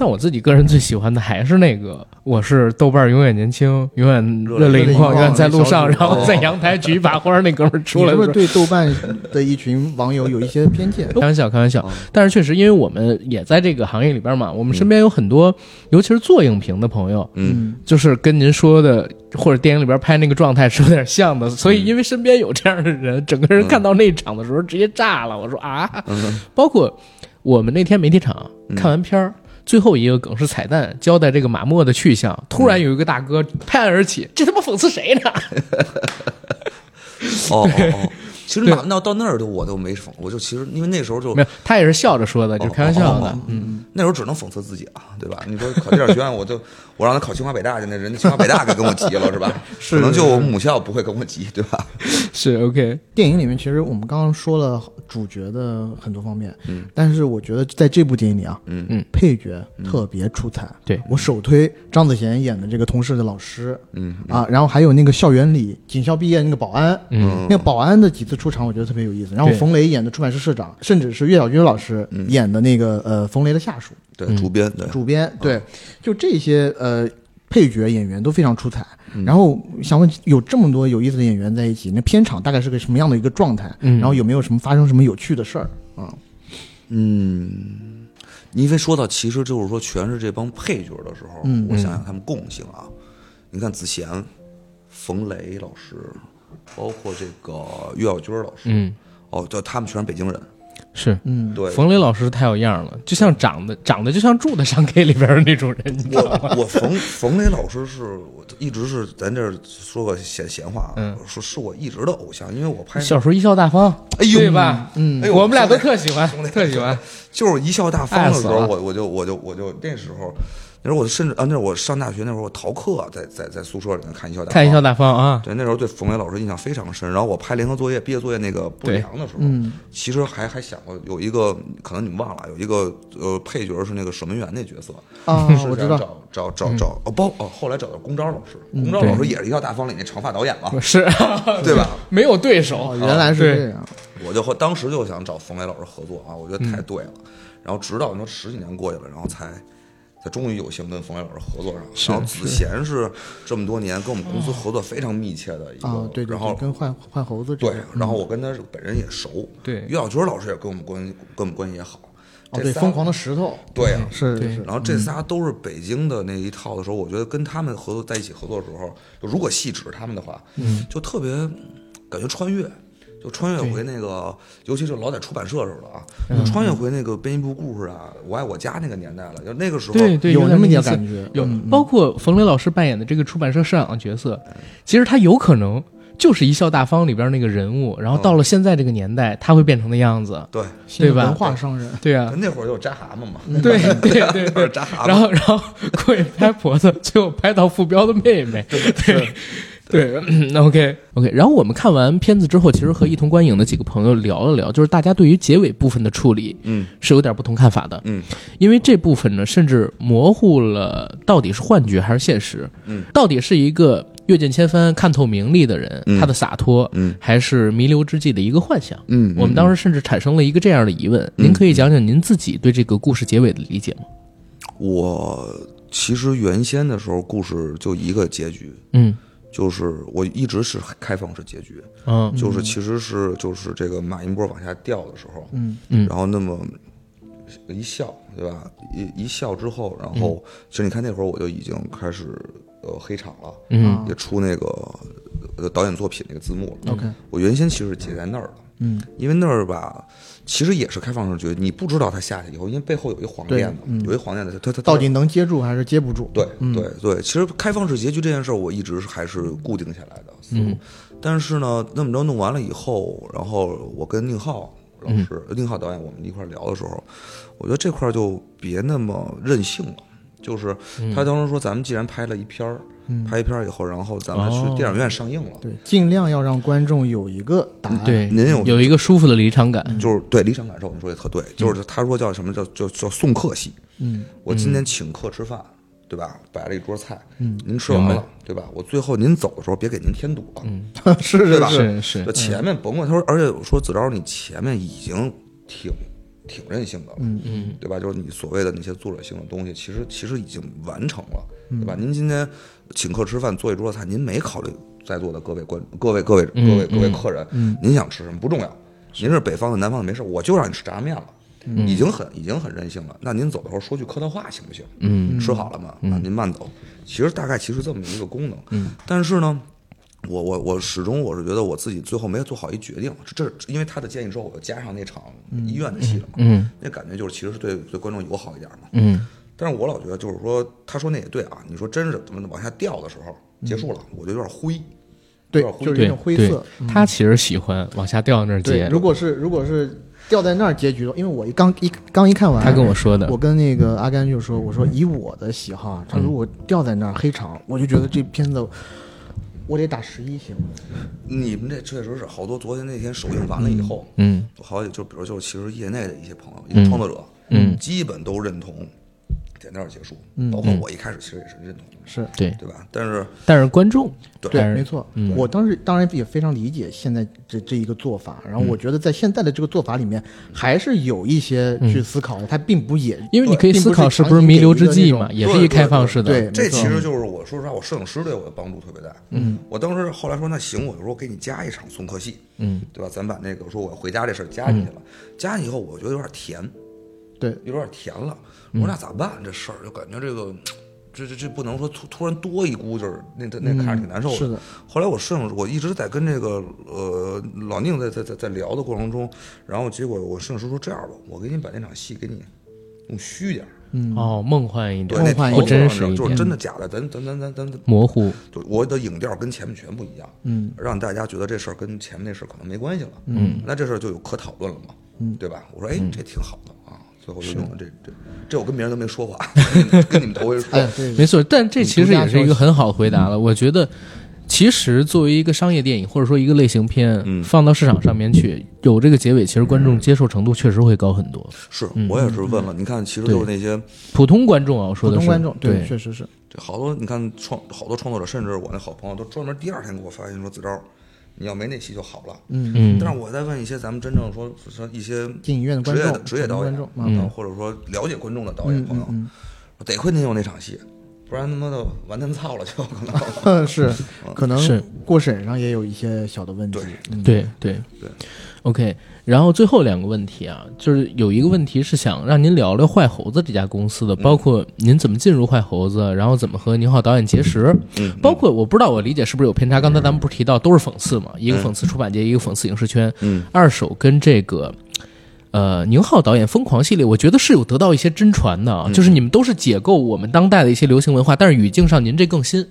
S1: 但我自己个人最喜欢的还是那个， 我是豆瓣儿永远年轻，永远热泪盈眶，哦永远在路上，
S2: 热泪
S1: 然
S2: 盈眶
S1: 后在阳台举一把花儿，那哥们儿出
S2: 你
S1: 来
S2: 是
S1: 的
S2: 不
S1: 时
S2: 是
S1: 候。
S2: 对豆瓣的一群网友有一些 偏见？
S1: 开玩笑，开玩
S3: 哦
S1: 笑。但是确实，因为我们也在这个行业里边嘛，我们身边有很多，尤其是做影评的朋友，
S3: 嗯，
S1: 就是跟您说的或者电影里边拍那个状态是有点像的。
S3: 嗯
S1: 所以，因为身边有这样的人，整个人看到那一场的时候直接炸了。我说啊，
S3: 嗯
S1: 包括我们那天媒体场看完片儿。最后一个梗是彩蛋，交代这个马莫的去向。突
S3: 嗯
S1: 然有一个大哥拍案而起，这他妈讽刺谁 呢？
S3: 哦哦哦，其实那那到那儿就我就没讽，我就其实因为那时候就
S1: 没有，他也是笑着说的，就开玩笑
S3: 哦
S1: 的
S3: 哦。嗯，那时候只能讽刺自己啊，对吧？你说考电影学院，我就我让他考清华北大去，那人家清华北大可跟我急 了，是吧？
S2: 是
S3: 可能就我母校不会跟我急，对吧？
S1: 是 OK，
S2: 电影里面其实我们刚刚说了主角的很多方面，嗯，但是我觉得在这部电影里啊，
S3: 嗯
S1: 嗯，
S2: 配角特别出彩。
S1: 对
S2: 我首推张子贤演的这个同事的老师，
S3: 嗯
S2: 啊，然后还有那个校园里警校毕业那个保安，
S1: 嗯
S2: 那个保安的几次出场我觉得特别有意思。然后
S1: 对嗯
S2: 冯雷演的出版社社长，甚至是岳小军老师演的那个呃冯雷的下属，
S3: 对，主编对，
S2: 主编，对，就这些呃配角演员都非常出彩。然后想问，有这么多有意思的演员在一起，那片场大概是个什么样的一个状态？
S1: 嗯
S2: 然后有没有什么发生什么有趣的事儿？啊，
S3: 嗯，因为说到其实就是说全是这帮配角的时候，
S1: 嗯
S3: 我想想他们共性啊，你看子贤、冯雷老师，包括这个岳小军老师，
S1: 嗯，
S3: 哦，就他们全是北京人，
S1: 是
S2: 嗯，
S3: 对。
S1: 冯雷老师太有样了，就像长得长得就像住在商 K 里边的那种人，你知道吗？
S3: 我我冯冯雷老师是我一直是咱这儿说个闲闲话啊，说是我一直的偶像，因为我拍
S1: 小时候一嗯笑大方，
S3: 哎呦
S1: 对吧？嗯
S3: 哎呦
S1: 我们俩都特喜欢，特喜
S3: 哦
S1: 欢。
S3: 就是一笑大方的时
S1: 爱死
S3: 候，
S1: 了
S3: 我我就我就我就那时候，那时候我甚至啊，那时候我上大学那会儿我逃课啊，在在在宿舍里面看一笑大方，
S1: 看一笑大方啊，
S3: 对，那时候对冯雷老师印象非常深。然后我拍联合作业、毕业作业那个不良的时候，
S1: 嗯
S3: 其实还还想过有一个，可能你们忘了，有一个呃配角是那个守门员那角色
S2: 啊
S3: 是想
S2: 我知道嗯
S3: 找找找找哦，包哦，后来找到龚钊老师，龚钊老师也是一笑大方里那长发导演嘛，
S1: 是，
S3: 对吧？
S1: 没有对手
S2: 哦，，原来是这样。
S3: 我就和当时就想找冯雷老师合作啊，我觉得
S2: 嗯
S3: 太对了。然后直到你说十几年过去了，然后才才终于有幸跟冯雷老师合作上了。然后子贤是这么多年跟我们公司合作非常密切的一个，
S2: 嗯啊，对对
S3: 然后
S2: 对，跟嗯换换猴子这
S3: 对
S2: 个，
S3: 然后我跟他本人也熟，
S1: 对
S3: 于小军老师也跟我们关系跟我们关系也好，
S2: 哦，
S3: 这
S2: 对，
S3: 仨
S2: 疯狂嗯的石头，
S3: 对啊
S2: 是
S1: 对
S2: 是是，
S3: 然后这
S1: 嗯
S3: 仨都是北京的那一套的时候，我觉得跟他们合
S1: 嗯
S3: 作在一起合作的时候，就如果细指他们的话，就特别感觉穿越，就穿越回那个，尤其是老在出版社时候了啊，
S1: 嗯
S3: 就穿越回那个编辑部故事啊，我爱我家那个年代了，就那个时候，
S1: 对对，
S2: 有
S1: 点
S2: 那么一
S1: 意
S2: 点
S1: 思
S2: 感觉
S1: 有
S2: 嗯，
S1: 包括冯雷老师扮演的这个出版社社长的角色，其实他有可能就是《一笑大方》里边那个人物，然后到了现在这个年代，他会变成的样子，
S3: 对，
S2: 新的
S1: 对吧
S2: 嗯文化商人，
S1: 对啊，
S3: 那会儿有扎蛤蟆嘛，
S1: 嗯 对对对
S3: 啊那会
S1: 对。
S3: 儿扎蛤蟆，
S1: 然后，然 后过去拍婆子，最后拍到傅彪的妹妹。对对嗯，OK OK。然后我们看完片子之后，其实和一同观影的几个朋友聊了聊，就是大家对于结尾部分的处理
S3: 嗯
S1: 是有点不同看法的。
S3: 嗯，
S1: 因为这部分呢，甚至模糊了到底是幻觉还是现实。
S3: 嗯，
S1: 到底是一个阅尽千帆、看透名利的人，
S3: 嗯
S1: 他的洒脱，
S3: 嗯
S1: 还是弥留之际的一个幻想？
S3: 嗯
S1: 我们当时甚至产生了一个这样的疑问：您可以讲讲您自己对这个故事结尾的理解吗？
S3: 我其实原先的时候故事就一个结局，
S1: 嗯
S3: 就是我一直是开放式结局，
S1: 嗯
S3: 就是其实是就是这个马音波往下掉的时候，
S2: 嗯
S1: 嗯
S3: 然后那么一笑，对吧？一一笑之后，然后
S2: 嗯
S3: 其实你看那会儿我就已经开始呃黑场了，
S2: 啊
S1: 嗯
S3: 也出那个呃导演作品那个字幕了。
S2: ，OK，
S3: 我原先其实结在那儿了，
S2: 嗯，
S3: 因为那儿吧，其实也是开放式结局，你不知道他下去以后，因为背后有一黄
S2: 对嗯
S3: 链子，有一黄链子，他他
S2: 到底能接住还是接不住？
S3: 对对对，其实开放式结局这件事儿，我一直是还是固定下来的思路。但是呢，那么着弄完了以后，然后我跟宁浩老师、宁浩导演我们一块儿聊的时候，我觉得这块儿就别那么任性了。就是他当时说，咱们既然拍了一篇儿，拍一篇儿以后，然后咱们
S1: 哦
S3: 去电影院上映了。
S2: 对，尽量要让观众有一个答案。
S1: 嗯对，
S3: 您有
S1: 有一个舒服的离场感。
S2: 嗯
S3: 就是对离场感受，你说的特对，就是他说叫什么叫叫叫送客戏，
S2: 嗯，
S3: 我今天请客吃饭，对吧？摆了一桌菜，嗯，您吃完了，对吧？我最后您走的时候别给您添堵了，嗯，
S2: 是
S3: 对
S2: 是
S3: 吧？
S2: 是，
S1: 是是
S3: 就前面甭管他说，而且我说子昭，你前面已经挺挺任性的了，嗯嗯，对吧？就是你所谓的那些作者性的东西，其实其实已经完成了，对吧？您今天请客吃饭做一桌菜，您没考虑在座的各位观各位各位各位各位客人，您想吃什么不重要，您嗯是北嗯方的南方的没事，我就让你吃炸酱面了。已经很已经很任性了，那您走的时候说句客套话行不行？嗯，吃好了吗？那您慢走。其实大概其实这么一个功能，嗯，但是呢，我我我始终我是觉得我自己最后没有做好一决定，这这因为他的建议之后，我又加上那场医院的戏了嘛，
S1: 嗯
S3: 那感觉就是其实是对对观众友好一点嘛。
S1: 嗯
S3: 但是我老觉得就是说，他说那也对啊，你说真是怎么往下掉的时候结束了，我就有点灰，
S2: 对
S3: 有点，
S2: 就
S3: 灰
S2: 是有
S1: 对对
S2: 点灰色。嗯
S1: 他其实喜欢往下掉那儿
S2: 对，
S1: 接，
S2: 如果是如果是掉在那儿结局了，因为我一刚一刚一看完，
S1: 他跟我说的嗯
S2: 我跟那个阿甘就说，我说以我的喜好啊，他如果掉在那儿黑场，我就觉得这片子我得打十一星。
S3: 你们这确实是好多。昨天那天首映完了以后，
S1: 嗯，
S3: 好几就比如就是其实业内的一些朋友，一些创作者，嗯，基本都认同点那儿结束，包括我一开始其实也是认同的，
S2: 是
S1: 对，
S3: 对吧？但是
S1: 但是观众
S3: 对
S1: 还是
S2: 对，
S1: 嗯
S2: 没错。我当时当然也非常理解现在这这一个做法，
S1: 嗯
S2: 然后我觉得在现在的这个做法里面，还是有一些去思考的，它并不也
S1: 嗯因为你可以
S2: 并
S1: 思考
S2: 是
S1: 是不是弥留之际嘛，
S2: 长期
S1: 也是一开放式的。
S2: 对
S3: 这
S2: 没错
S3: 其实就是我说实话，我摄影师对我的帮助特别大。嗯，我当时后来说那行，我就说给你加一场送客戏，
S1: 嗯，
S3: 对吧？咱把那个我说我要回家这事儿加进去
S2: 嗯
S3: 了，加进去以后我觉得有点甜，
S2: 对
S3: 有点甜了。
S2: 嗯
S3: 我说那咋办？这事儿就感觉这个，这这这不能说突突然多一股劲儿，那那那看着挺难受
S2: 嗯是的。
S3: 后来我摄影，我一直在跟这个呃老宁在在在在聊的过程中，然后结果我摄影师说这样吧，我给你把那场戏给你弄虚点儿。
S2: 嗯
S1: 哦，梦幻一点
S3: 对，，那
S2: 幻一
S1: 不
S3: 调
S1: 真
S3: 色
S1: 实
S3: 上
S1: 一
S3: 就是真
S1: 点，
S3: 的假的，咱咱咱咱咱
S1: 模糊。
S3: 就我的影调跟前面全不一样，嗯，让大家觉得这事儿跟前面那事儿可能没关系了，嗯，那这事儿就有可讨论了嘛，嗯，对吧？我说，哎，这挺好的啊，最后就用了这这这，我跟别人都没说 过啊，跟你们头回说，
S2: 哎，对，
S1: 没错，但这其实也是一个很好的回
S2: 嗯
S1: 答了。我觉得，其实作为一个商业电影或者说一个类型片，
S2: 嗯
S1: 放到市场上面去，有这个结尾，其实观众接受程度确实会高很多。
S3: 是我也是问了，你看，其实就是那些
S1: 普通观众啊，我说
S2: 普
S1: 的是
S2: 通观众
S1: 对，
S2: 确实是
S3: 这好多，你看创好多创作者，甚至我那好朋友都专门第二天给我发信说，子昭，你要没那戏就好了，嗯嗯，但是我在问一些咱们真正说说一些
S2: 电影院的观
S3: 职业的
S2: 众嗯
S3: 职业
S2: 普通
S3: 导演啊
S2: 观众，
S3: 嗯，或者说了解观众的导演朋友，得亏您有那场戏，不然他妈的完蛋操了就可 能。
S2: 嗯 是，可能
S1: 嗯是
S2: 过审上也有一些小的问题。嗯
S1: 对对
S3: 对
S1: ，OK。然后最后两个问题啊，就是有一个问题是想让您聊聊坏猴子这家公司的，
S3: 嗯
S1: 包括您怎么进入坏猴子，然后怎么和宁浩导演结识，
S3: 嗯
S1: 包括我不知道我理解是不是有偏差。刚才咱们不是提到都是讽刺嘛，一个讽刺出版界，一个讽刺影视圈，
S3: 嗯，
S1: 二手跟这个。呃，宁浩导演《疯狂》系列，我觉得是有得到一些真传的
S3: 嗯
S1: 啊，就是你们都是解构我们当代的一些流行文化，但是语境上您这更新，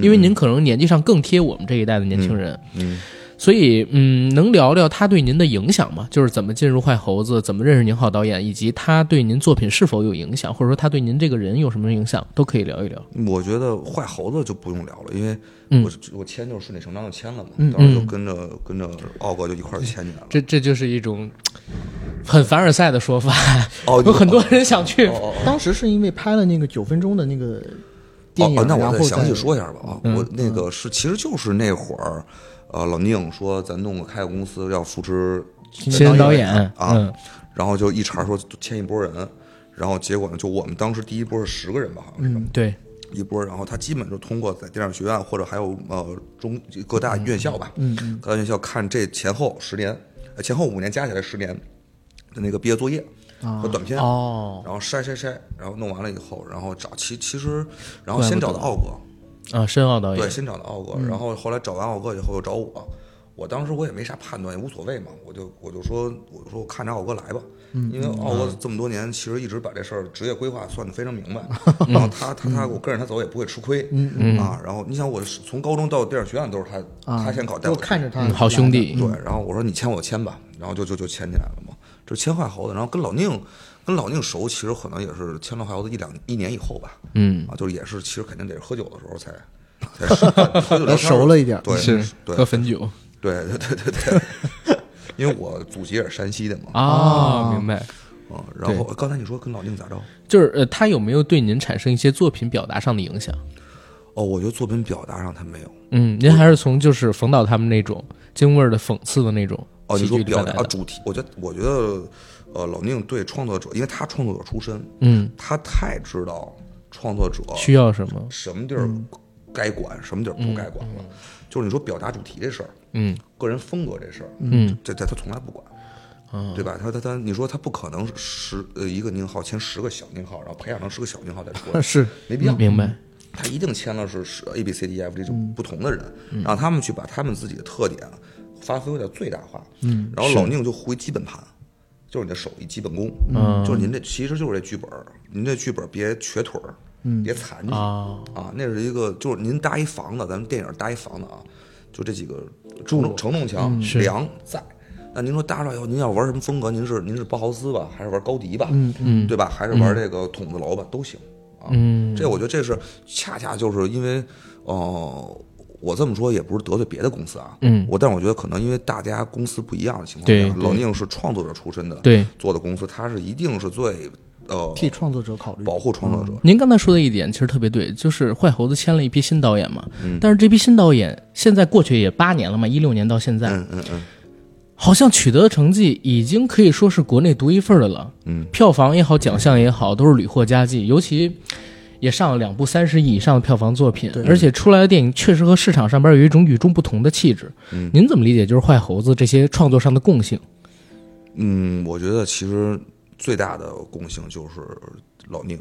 S1: 因为您可能年纪上更贴我们这一代的年轻人，
S3: 嗯
S1: 所以，嗯，能聊聊他对您的影响吗？就是怎么进入坏猴子，怎么认识宁浩导演，以及他对您作品是否有影响，或者说他对您这个人有什么影响，都可以聊一聊。
S3: 我觉得坏猴子就不用聊了，因为
S1: 嗯
S3: 我、我签就是顺理成章就签了嘛，
S2: 嗯
S3: 到时候就跟着跟着奥哥就一块儿签进来了。
S1: 这这就是一种很凡尔赛的说法，
S2: 嗯
S3: 哦，
S1: 有很多人想去。
S3: 哦
S2: 当时是因为拍了那个九分钟的那个
S3: 哦
S2: 电影，
S3: 哦，那
S2: 然
S3: 我
S2: 后
S3: 再详
S2: 再嗯
S3: 细说一下吧啊，我那个是其实就是那会儿，呃，老宁说咱弄个开个公司要扶持
S1: 新人导演，
S3: 啊
S1: 嗯
S3: 然后就一茬说签一波人，然后结果呢，就我们当时第一波是十个人吧，好像是、
S1: 嗯，对，
S3: 一波，然后他基本就通过在电影学院或者还有呃中各大院校吧，嗯，各大院校看这前后十年，呃前后五年加起来十年的那个毕业作业和短片，
S1: 哦，
S3: 然后筛筛筛，然后弄完了以后，然后找其其实，然后先找的奥哥，
S1: 啊，申奥导
S3: 对，
S1: 演，
S3: 先找的奥哥，然后后来找完奥哥以后又找我，我当时我也没啥判断，也无所谓嘛，我就我就说我就说我看着奥哥来吧，因为奥哥这么多年其实一直把这事儿职业规划算得非常明白，然后他他他我跟着他走也不会吃亏，啊，然后你想我是从高中到电影学院都是他
S2: 啊，
S3: 他先搞带
S2: 就
S3: 我去，
S2: 看着他
S1: 嗯，好兄弟，
S3: 对，然后我说你签我签吧，然后就就就签进来了嘛，这是签坏猴子，然后跟老宁跟老宁熟，其实可能也是签了坏猴子一两一年以后吧，
S1: 嗯，
S3: 啊，就是也是，其实肯定得是喝酒的时 候才才喝酒聊天儿
S2: 熟了一点
S3: 对，对，
S1: 喝汾酒
S3: 对对对对对， 因为我祖籍也是山西的嘛，
S1: 啊，明白。
S3: 嗯，然后刚才你说跟老宁咋着？
S1: 就是呃，他有没有对您产生一些作品表达上的影响？
S3: 哦，我觉得作品表达上他没有，
S1: 嗯，您还是从就是冯导他们那种京味儿的讽刺的那种
S3: 哦，你
S1: 喜
S3: 说
S1: 剧里
S3: 表
S1: 边
S3: 达
S1: 来
S3: 啊
S1: 的，
S3: 主题，我觉得我觉得，呃，老宁对创作者，因为他创作者出身，
S1: 嗯，
S3: 他太知道创作者
S1: 需要什么？
S3: 什么地儿
S1: 嗯
S3: 该管，什么地儿不该管了。就是你说表达主题这事儿，
S1: 嗯
S3: 个人风格这事儿，
S1: 嗯，啊
S3: 这这他从来不管，对吧？他他他，你说他不可能是十呃一个宁浩签十个小宁浩，然后培养成十个小宁浩再 出来，
S2: 是
S3: 没必要。
S1: 明白。
S3: 他一定签了是十 A B C D E F G 这不同的人，让他们去把他们自己的特点发挥的最大化。嗯，然后老宁就会基本盘。就是你的手艺基本功，嗯、就是您这其实就是这剧本儿，您这剧本儿别瘸腿儿，嗯、别残疾，
S1: 啊，
S3: 啊，那是一个，就是您搭一房子，咱们电影搭一房子啊，就这几个承重承重墙、梁在。那您说搭出来以后，您要玩什么风格？您是您是包豪斯吧，还是玩高迪吧？嗯嗯，对吧？还是玩这个筒子楼吧？都行啊。嗯，这我觉得这是恰恰就是因为，呃，我这么说也不是得罪别的公司啊。
S1: 嗯
S3: 我但是我觉得可能因为大家公司不一样的情况
S1: 对
S3: 下，
S1: 对
S3: 老宁是创作者出身的，
S1: 对
S3: 做的公司，他是一定是最呃
S2: 替创作者考虑。
S3: 保护创作者。
S1: 您刚才说的一点其实特别对，就是坏猴子签了一批新导演嘛，
S3: 嗯
S1: 但是这批新导演现在过去也八年了嘛，一六年到现在，
S3: 嗯嗯嗯，
S1: 好像取得的成绩已经可以说是国内独一份儿的了。
S3: 嗯，
S1: 票房也好，奖项也好，都是屡获佳绩，尤其也上了两部三十亿以上的票房作品，而且出来的电影确实和市场上边有一种与众不同的气质。嗯，您怎么理解就是坏猴子这些创作上的共性？
S3: 嗯，我觉得其实最大的共性就是老宁，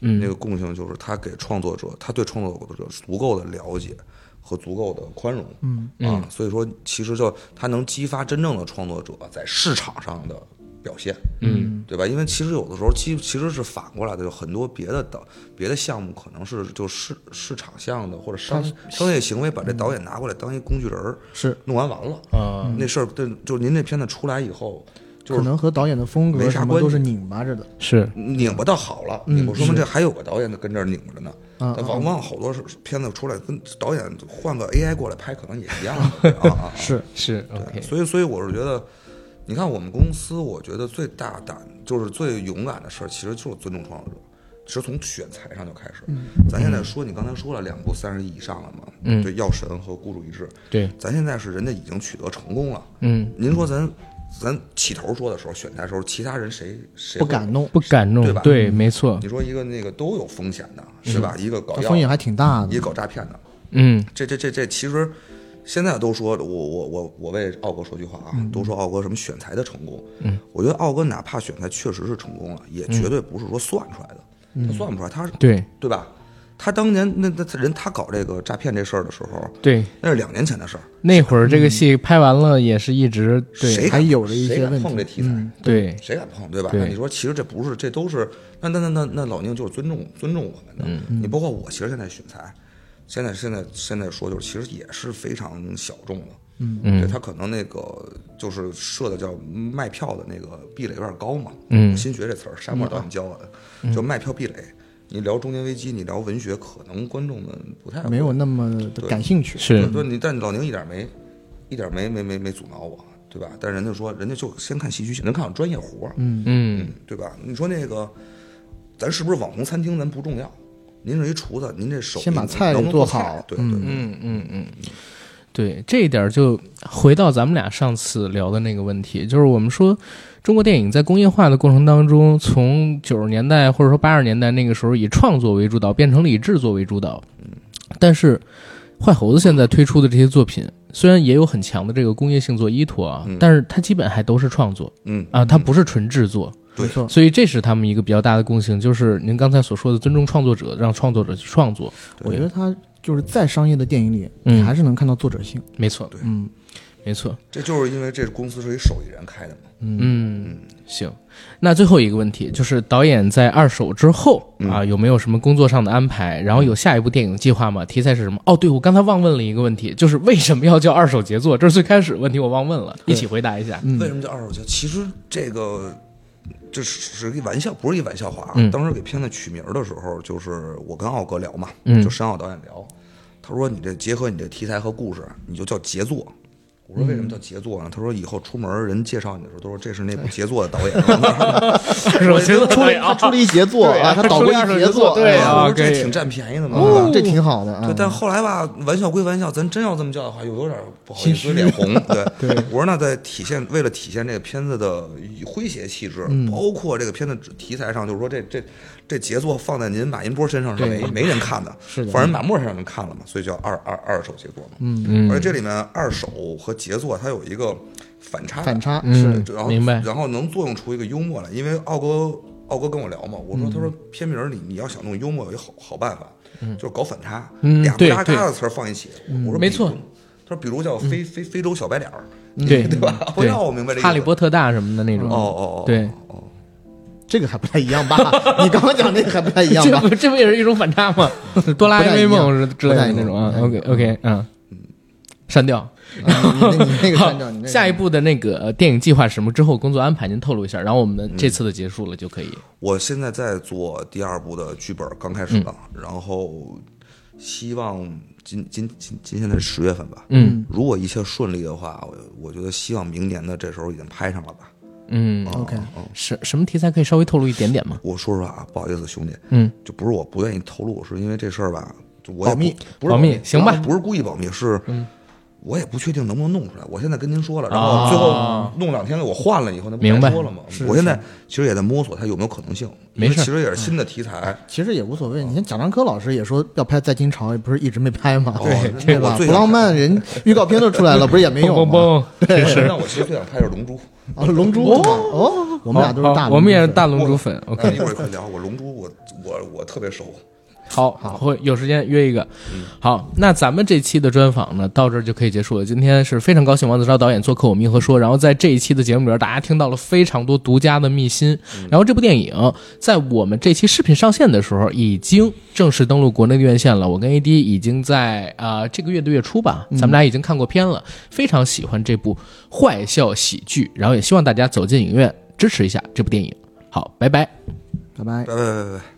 S1: 嗯
S3: 那个共性就是他给创作者，他对创作者足够的了解和足够的宽容，嗯啊，所以说其实就他能激发真正的创作者在市场上的表现，嗯，对吧？因为其实有的时候其其实是反过来的，有很多别的导别的项目可能是就市市场项的或者商商业行为把这导演拿过来当一工具人儿，
S2: 是
S3: 弄完完了，
S1: 啊、
S3: 那事儿对，就是您这片子出来以后。就
S2: 可
S3: 是
S2: 能和导演的风
S3: 没
S2: 格
S3: 啥
S2: 什么
S3: 关
S2: 都
S3: 系
S2: 是拧巴着的，
S1: 是
S3: 拧巴倒好了，拧巴说明这还有个导演跟这儿拧巴着呢。
S2: 啊
S3: 但往往好多是片子出来跟导演换个 AI 过来拍，可能也一样啊。啊
S2: 是
S1: 是，OK，
S3: 所以，所以我是觉得，你看我们公司，我觉得最大胆就是最勇敢的事儿，其实就是尊重创作者。其实从选材上就开始，咱现在说，你刚才说了两部三十亿以上了嘛，
S1: 嗯
S3: 对《药神》和《孤注一掷》，
S1: 对，
S3: 咱现在是人家已经取得成功了，
S1: 嗯
S3: 您说咱咱起头说的时候，选材的时候，其他人谁谁
S2: 不
S3: 会
S2: 敢弄，
S1: 不敢弄
S3: 对吧，
S1: 对，没错，
S3: 你说一个那个都有风险的，是吧？一个搞
S2: 嗯它
S3: 药
S2: 风险还挺大
S3: 一
S2: 的。
S3: 个搞诈骗的，
S1: 嗯
S3: 这这这这其实现在都说我我我我为奥哥说句话啊，
S2: 嗯
S3: 都说奥哥什么选材的成功，嗯，我觉得奥哥哪怕选材确实是成功了，也
S2: 嗯
S3: 绝对不是说算出来的，他算不出来，他是
S1: 对
S3: 对吧？他当年那那他人他搞这个诈骗这事儿的时候，
S1: 对，
S3: 那是两年前的事儿，
S1: 那会儿这个戏拍完了也是一直嗯对
S3: 谁敢
S2: 还有着一些
S3: 谁敢
S2: 问
S3: 碰这
S2: 题嗯
S3: 题材？
S1: 对
S3: 谁敢碰，对吧？
S1: 对
S3: 那你说，其实这不是，这都是那那那那那老宁就是尊重尊重我们的。你包括我，其实现在选材，现在现在现在说就是，其实也是非常小众的。嗯嗯，他可能那个就是设的叫卖票的那个壁垒有点高嘛。
S1: 嗯
S3: 我新学这词儿，沙漠导演教我的，就卖票壁垒。你聊中年危机，你聊文学，可能观众们不太会
S2: 没有那么的感兴趣，
S1: 是，
S3: 对你，但老宁一点没，一点没没没没阻挠我，对吧？但人家说，人家就先看戏剧性，能看上专业活儿。嗯。
S1: 嗯
S3: 嗯，对吧？你说那个，咱是不是网红餐厅？咱不重要。您是一厨子，您这手艺
S2: 先把
S3: 能
S2: 菜
S3: 能不能
S2: 做
S3: 做菜
S2: 好
S3: 对对对，
S1: 嗯嗯嗯，对，这一点儿就回到咱们俩上次聊的那个问题，就是我们说中国电影在工业化的过程当中，从九十年代或者说八十年代那个时候以创作为主导，变成了以制作为主导。但是坏猴子现在推出的这些作品，虽然也有很强的这个工业性做依托啊，但是它基本还都是创作
S3: 嗯，
S1: 啊，它不是纯制作。
S3: 对
S2: 没错。
S1: 所以这是他们一个比较大的共性，就是您刚才所说的尊重创作者，让创作者去创作。
S2: 我觉得它就是再商业的电影里，
S1: 嗯
S2: 你还是能看到作者性。
S1: 没错，
S2: 嗯，
S1: 没错。
S3: 这就是因为这公司是一手艺人开的嘛。
S1: 嗯，行。那最后一个问题就是，导演在二手之后
S2: 嗯
S1: 啊，有没有什么工作上的安排？然后有下一部电影计划吗？题材是什么？哦，对，我刚才忘问了一个问题，就是为什么要叫二手杰作？这是最开始问题，我忘问了，一起回答一下。
S2: 嗯
S3: 为什么叫二手交？其实这个这是是一玩笑，不是一玩笑话啊。
S1: 嗯
S3: 当时给片子取名儿的时候，就是我跟奥哥聊嘛，
S1: 嗯
S3: 就申奥导演聊，他说你这结合你这题材和故事，你就叫杰作。我说为什么叫杰作
S1: 嗯
S3: 呢？他说以后出门儿人介绍你的时候，都说这是那部杰作的导 演。
S1: 二手杰作
S2: 出
S1: 导演
S2: 了
S1: 啊，
S2: 出了一杰作
S1: 对啊
S2: 啊，他导过一杰作，
S1: 对啊
S3: 我说
S1: 可以
S3: 这
S1: 嗯
S3: 挺占便宜的嘛。
S2: 啊，这挺好的啊
S3: 嗯对，。但后来吧，玩笑归玩笑，咱真要这么叫的话，又有点不好意思，脸 红。对，我说那在体现，为了体现这个片子的诙谐气质，
S2: 嗯
S3: 包括这个片子题材上，就是说这这这杰作放在您马云波身上是没没人看的，
S2: 是的
S3: 放人马默身上能看了嘛，所以叫二二二手杰作嘛。嗯，而且这里面二手和杰作它有一个反差感，
S2: 反差
S1: 嗯
S2: 是
S3: 然后
S1: 明白
S3: 然后能作用出一个幽默来，因为奥哥奥哥跟我聊嘛，我
S1: 嗯
S3: 说他说片名儿你你要想弄幽默有一好好办法，就是搞反差，
S1: 嗯
S3: 俩不
S1: 对
S3: 搭
S1: 对嗯
S3: 嘎的词儿放一起，我说
S1: 没
S3: 比如
S1: 错，嗯
S3: 他说比如叫非非非洲小白脸儿，
S1: 对
S3: 对吧？我让我明白这意思
S1: 哈利波特大什么的那种。
S3: 哦哦哦，
S1: 对，
S2: 这个还不太一样吧？ 你刚刚讲那个还不太一 样
S1: 这
S2: 吧？
S1: 不这不也是一种反差 吗？哆啦 A
S2: 不太一样
S1: 梦之类的那种啊。
S2: 不太
S1: OK
S2: 一样
S1: OK，嗯，删掉。
S2: 啊你那你那个
S1: 好，
S2: 站长，你那个
S1: 下一步的那个呃电影计划是什么之后工作安排您透露一下，然后我们这次的结束了就可以。
S3: 我现在在做第二部的剧本，刚开始了，
S1: 嗯
S3: 然后希望今今今今现在是十月份吧，
S1: 嗯，
S3: 如果一切顺利的话，我我觉得希望明年的这时候已经拍上了吧。
S1: 嗯，
S2: OK，
S1: 什什么题材可以稍微透露一点点吗？
S3: 我说实话啊，不好意思，兄弟，
S1: 嗯，
S3: 就不是我不愿意透露，是因为这事儿吧，就我也
S2: 保密
S3: 不，不是
S1: 保密行吧嗯
S3: 不是故意保密，是，我也不确定能不能弄出来。我现在跟您说了，然后最后弄两天给我换了以后，那
S1: 啊
S3: 不
S1: 明白
S3: 白说了吗？我现在其实也在摸索它有没有可能性，
S1: 没事
S3: 因为其实也是新的题材。
S2: 其实也无所谓。你像贾樟柯老师也说要拍《在清朝》，也不是一直没拍嘛，
S3: 对
S2: 对吧
S3: 哦我？最
S2: 不
S3: 想
S2: 浪漫人预告片都出来了，不是也没 有
S1: 嘣
S2: 吗？
S1: 嘣嘣，
S3: 其实让我其实最想拍的是《龙珠》，
S2: 啊，龙珠是吧哦，我
S1: 我
S2: 们俩都是大龙珠粉，
S1: 我们也是大龙珠粉。
S3: 那
S1: OK，
S3: 一会儿可以聊。我《龙珠》我，我我特别熟。
S1: 好，好，会有时间约一个。好，那咱们这期的专访呢，到这儿就可以结束了。今天是非常高兴，王子超导演做客我们硬核说，然后在这一期的节目里边，大家听到了非常多独家的秘辛。然后这部电影在我们这期视频上线的时候，已经正式登陆国内的院线了。我跟 AD 已经在啊、这个月的月初吧，咱们俩已经看过片了，非常喜欢这部坏笑喜剧，然后也希望大家走进影院支持一下这部电影。好，拜拜。
S2: 拜拜。
S3: 拜拜拜拜拜。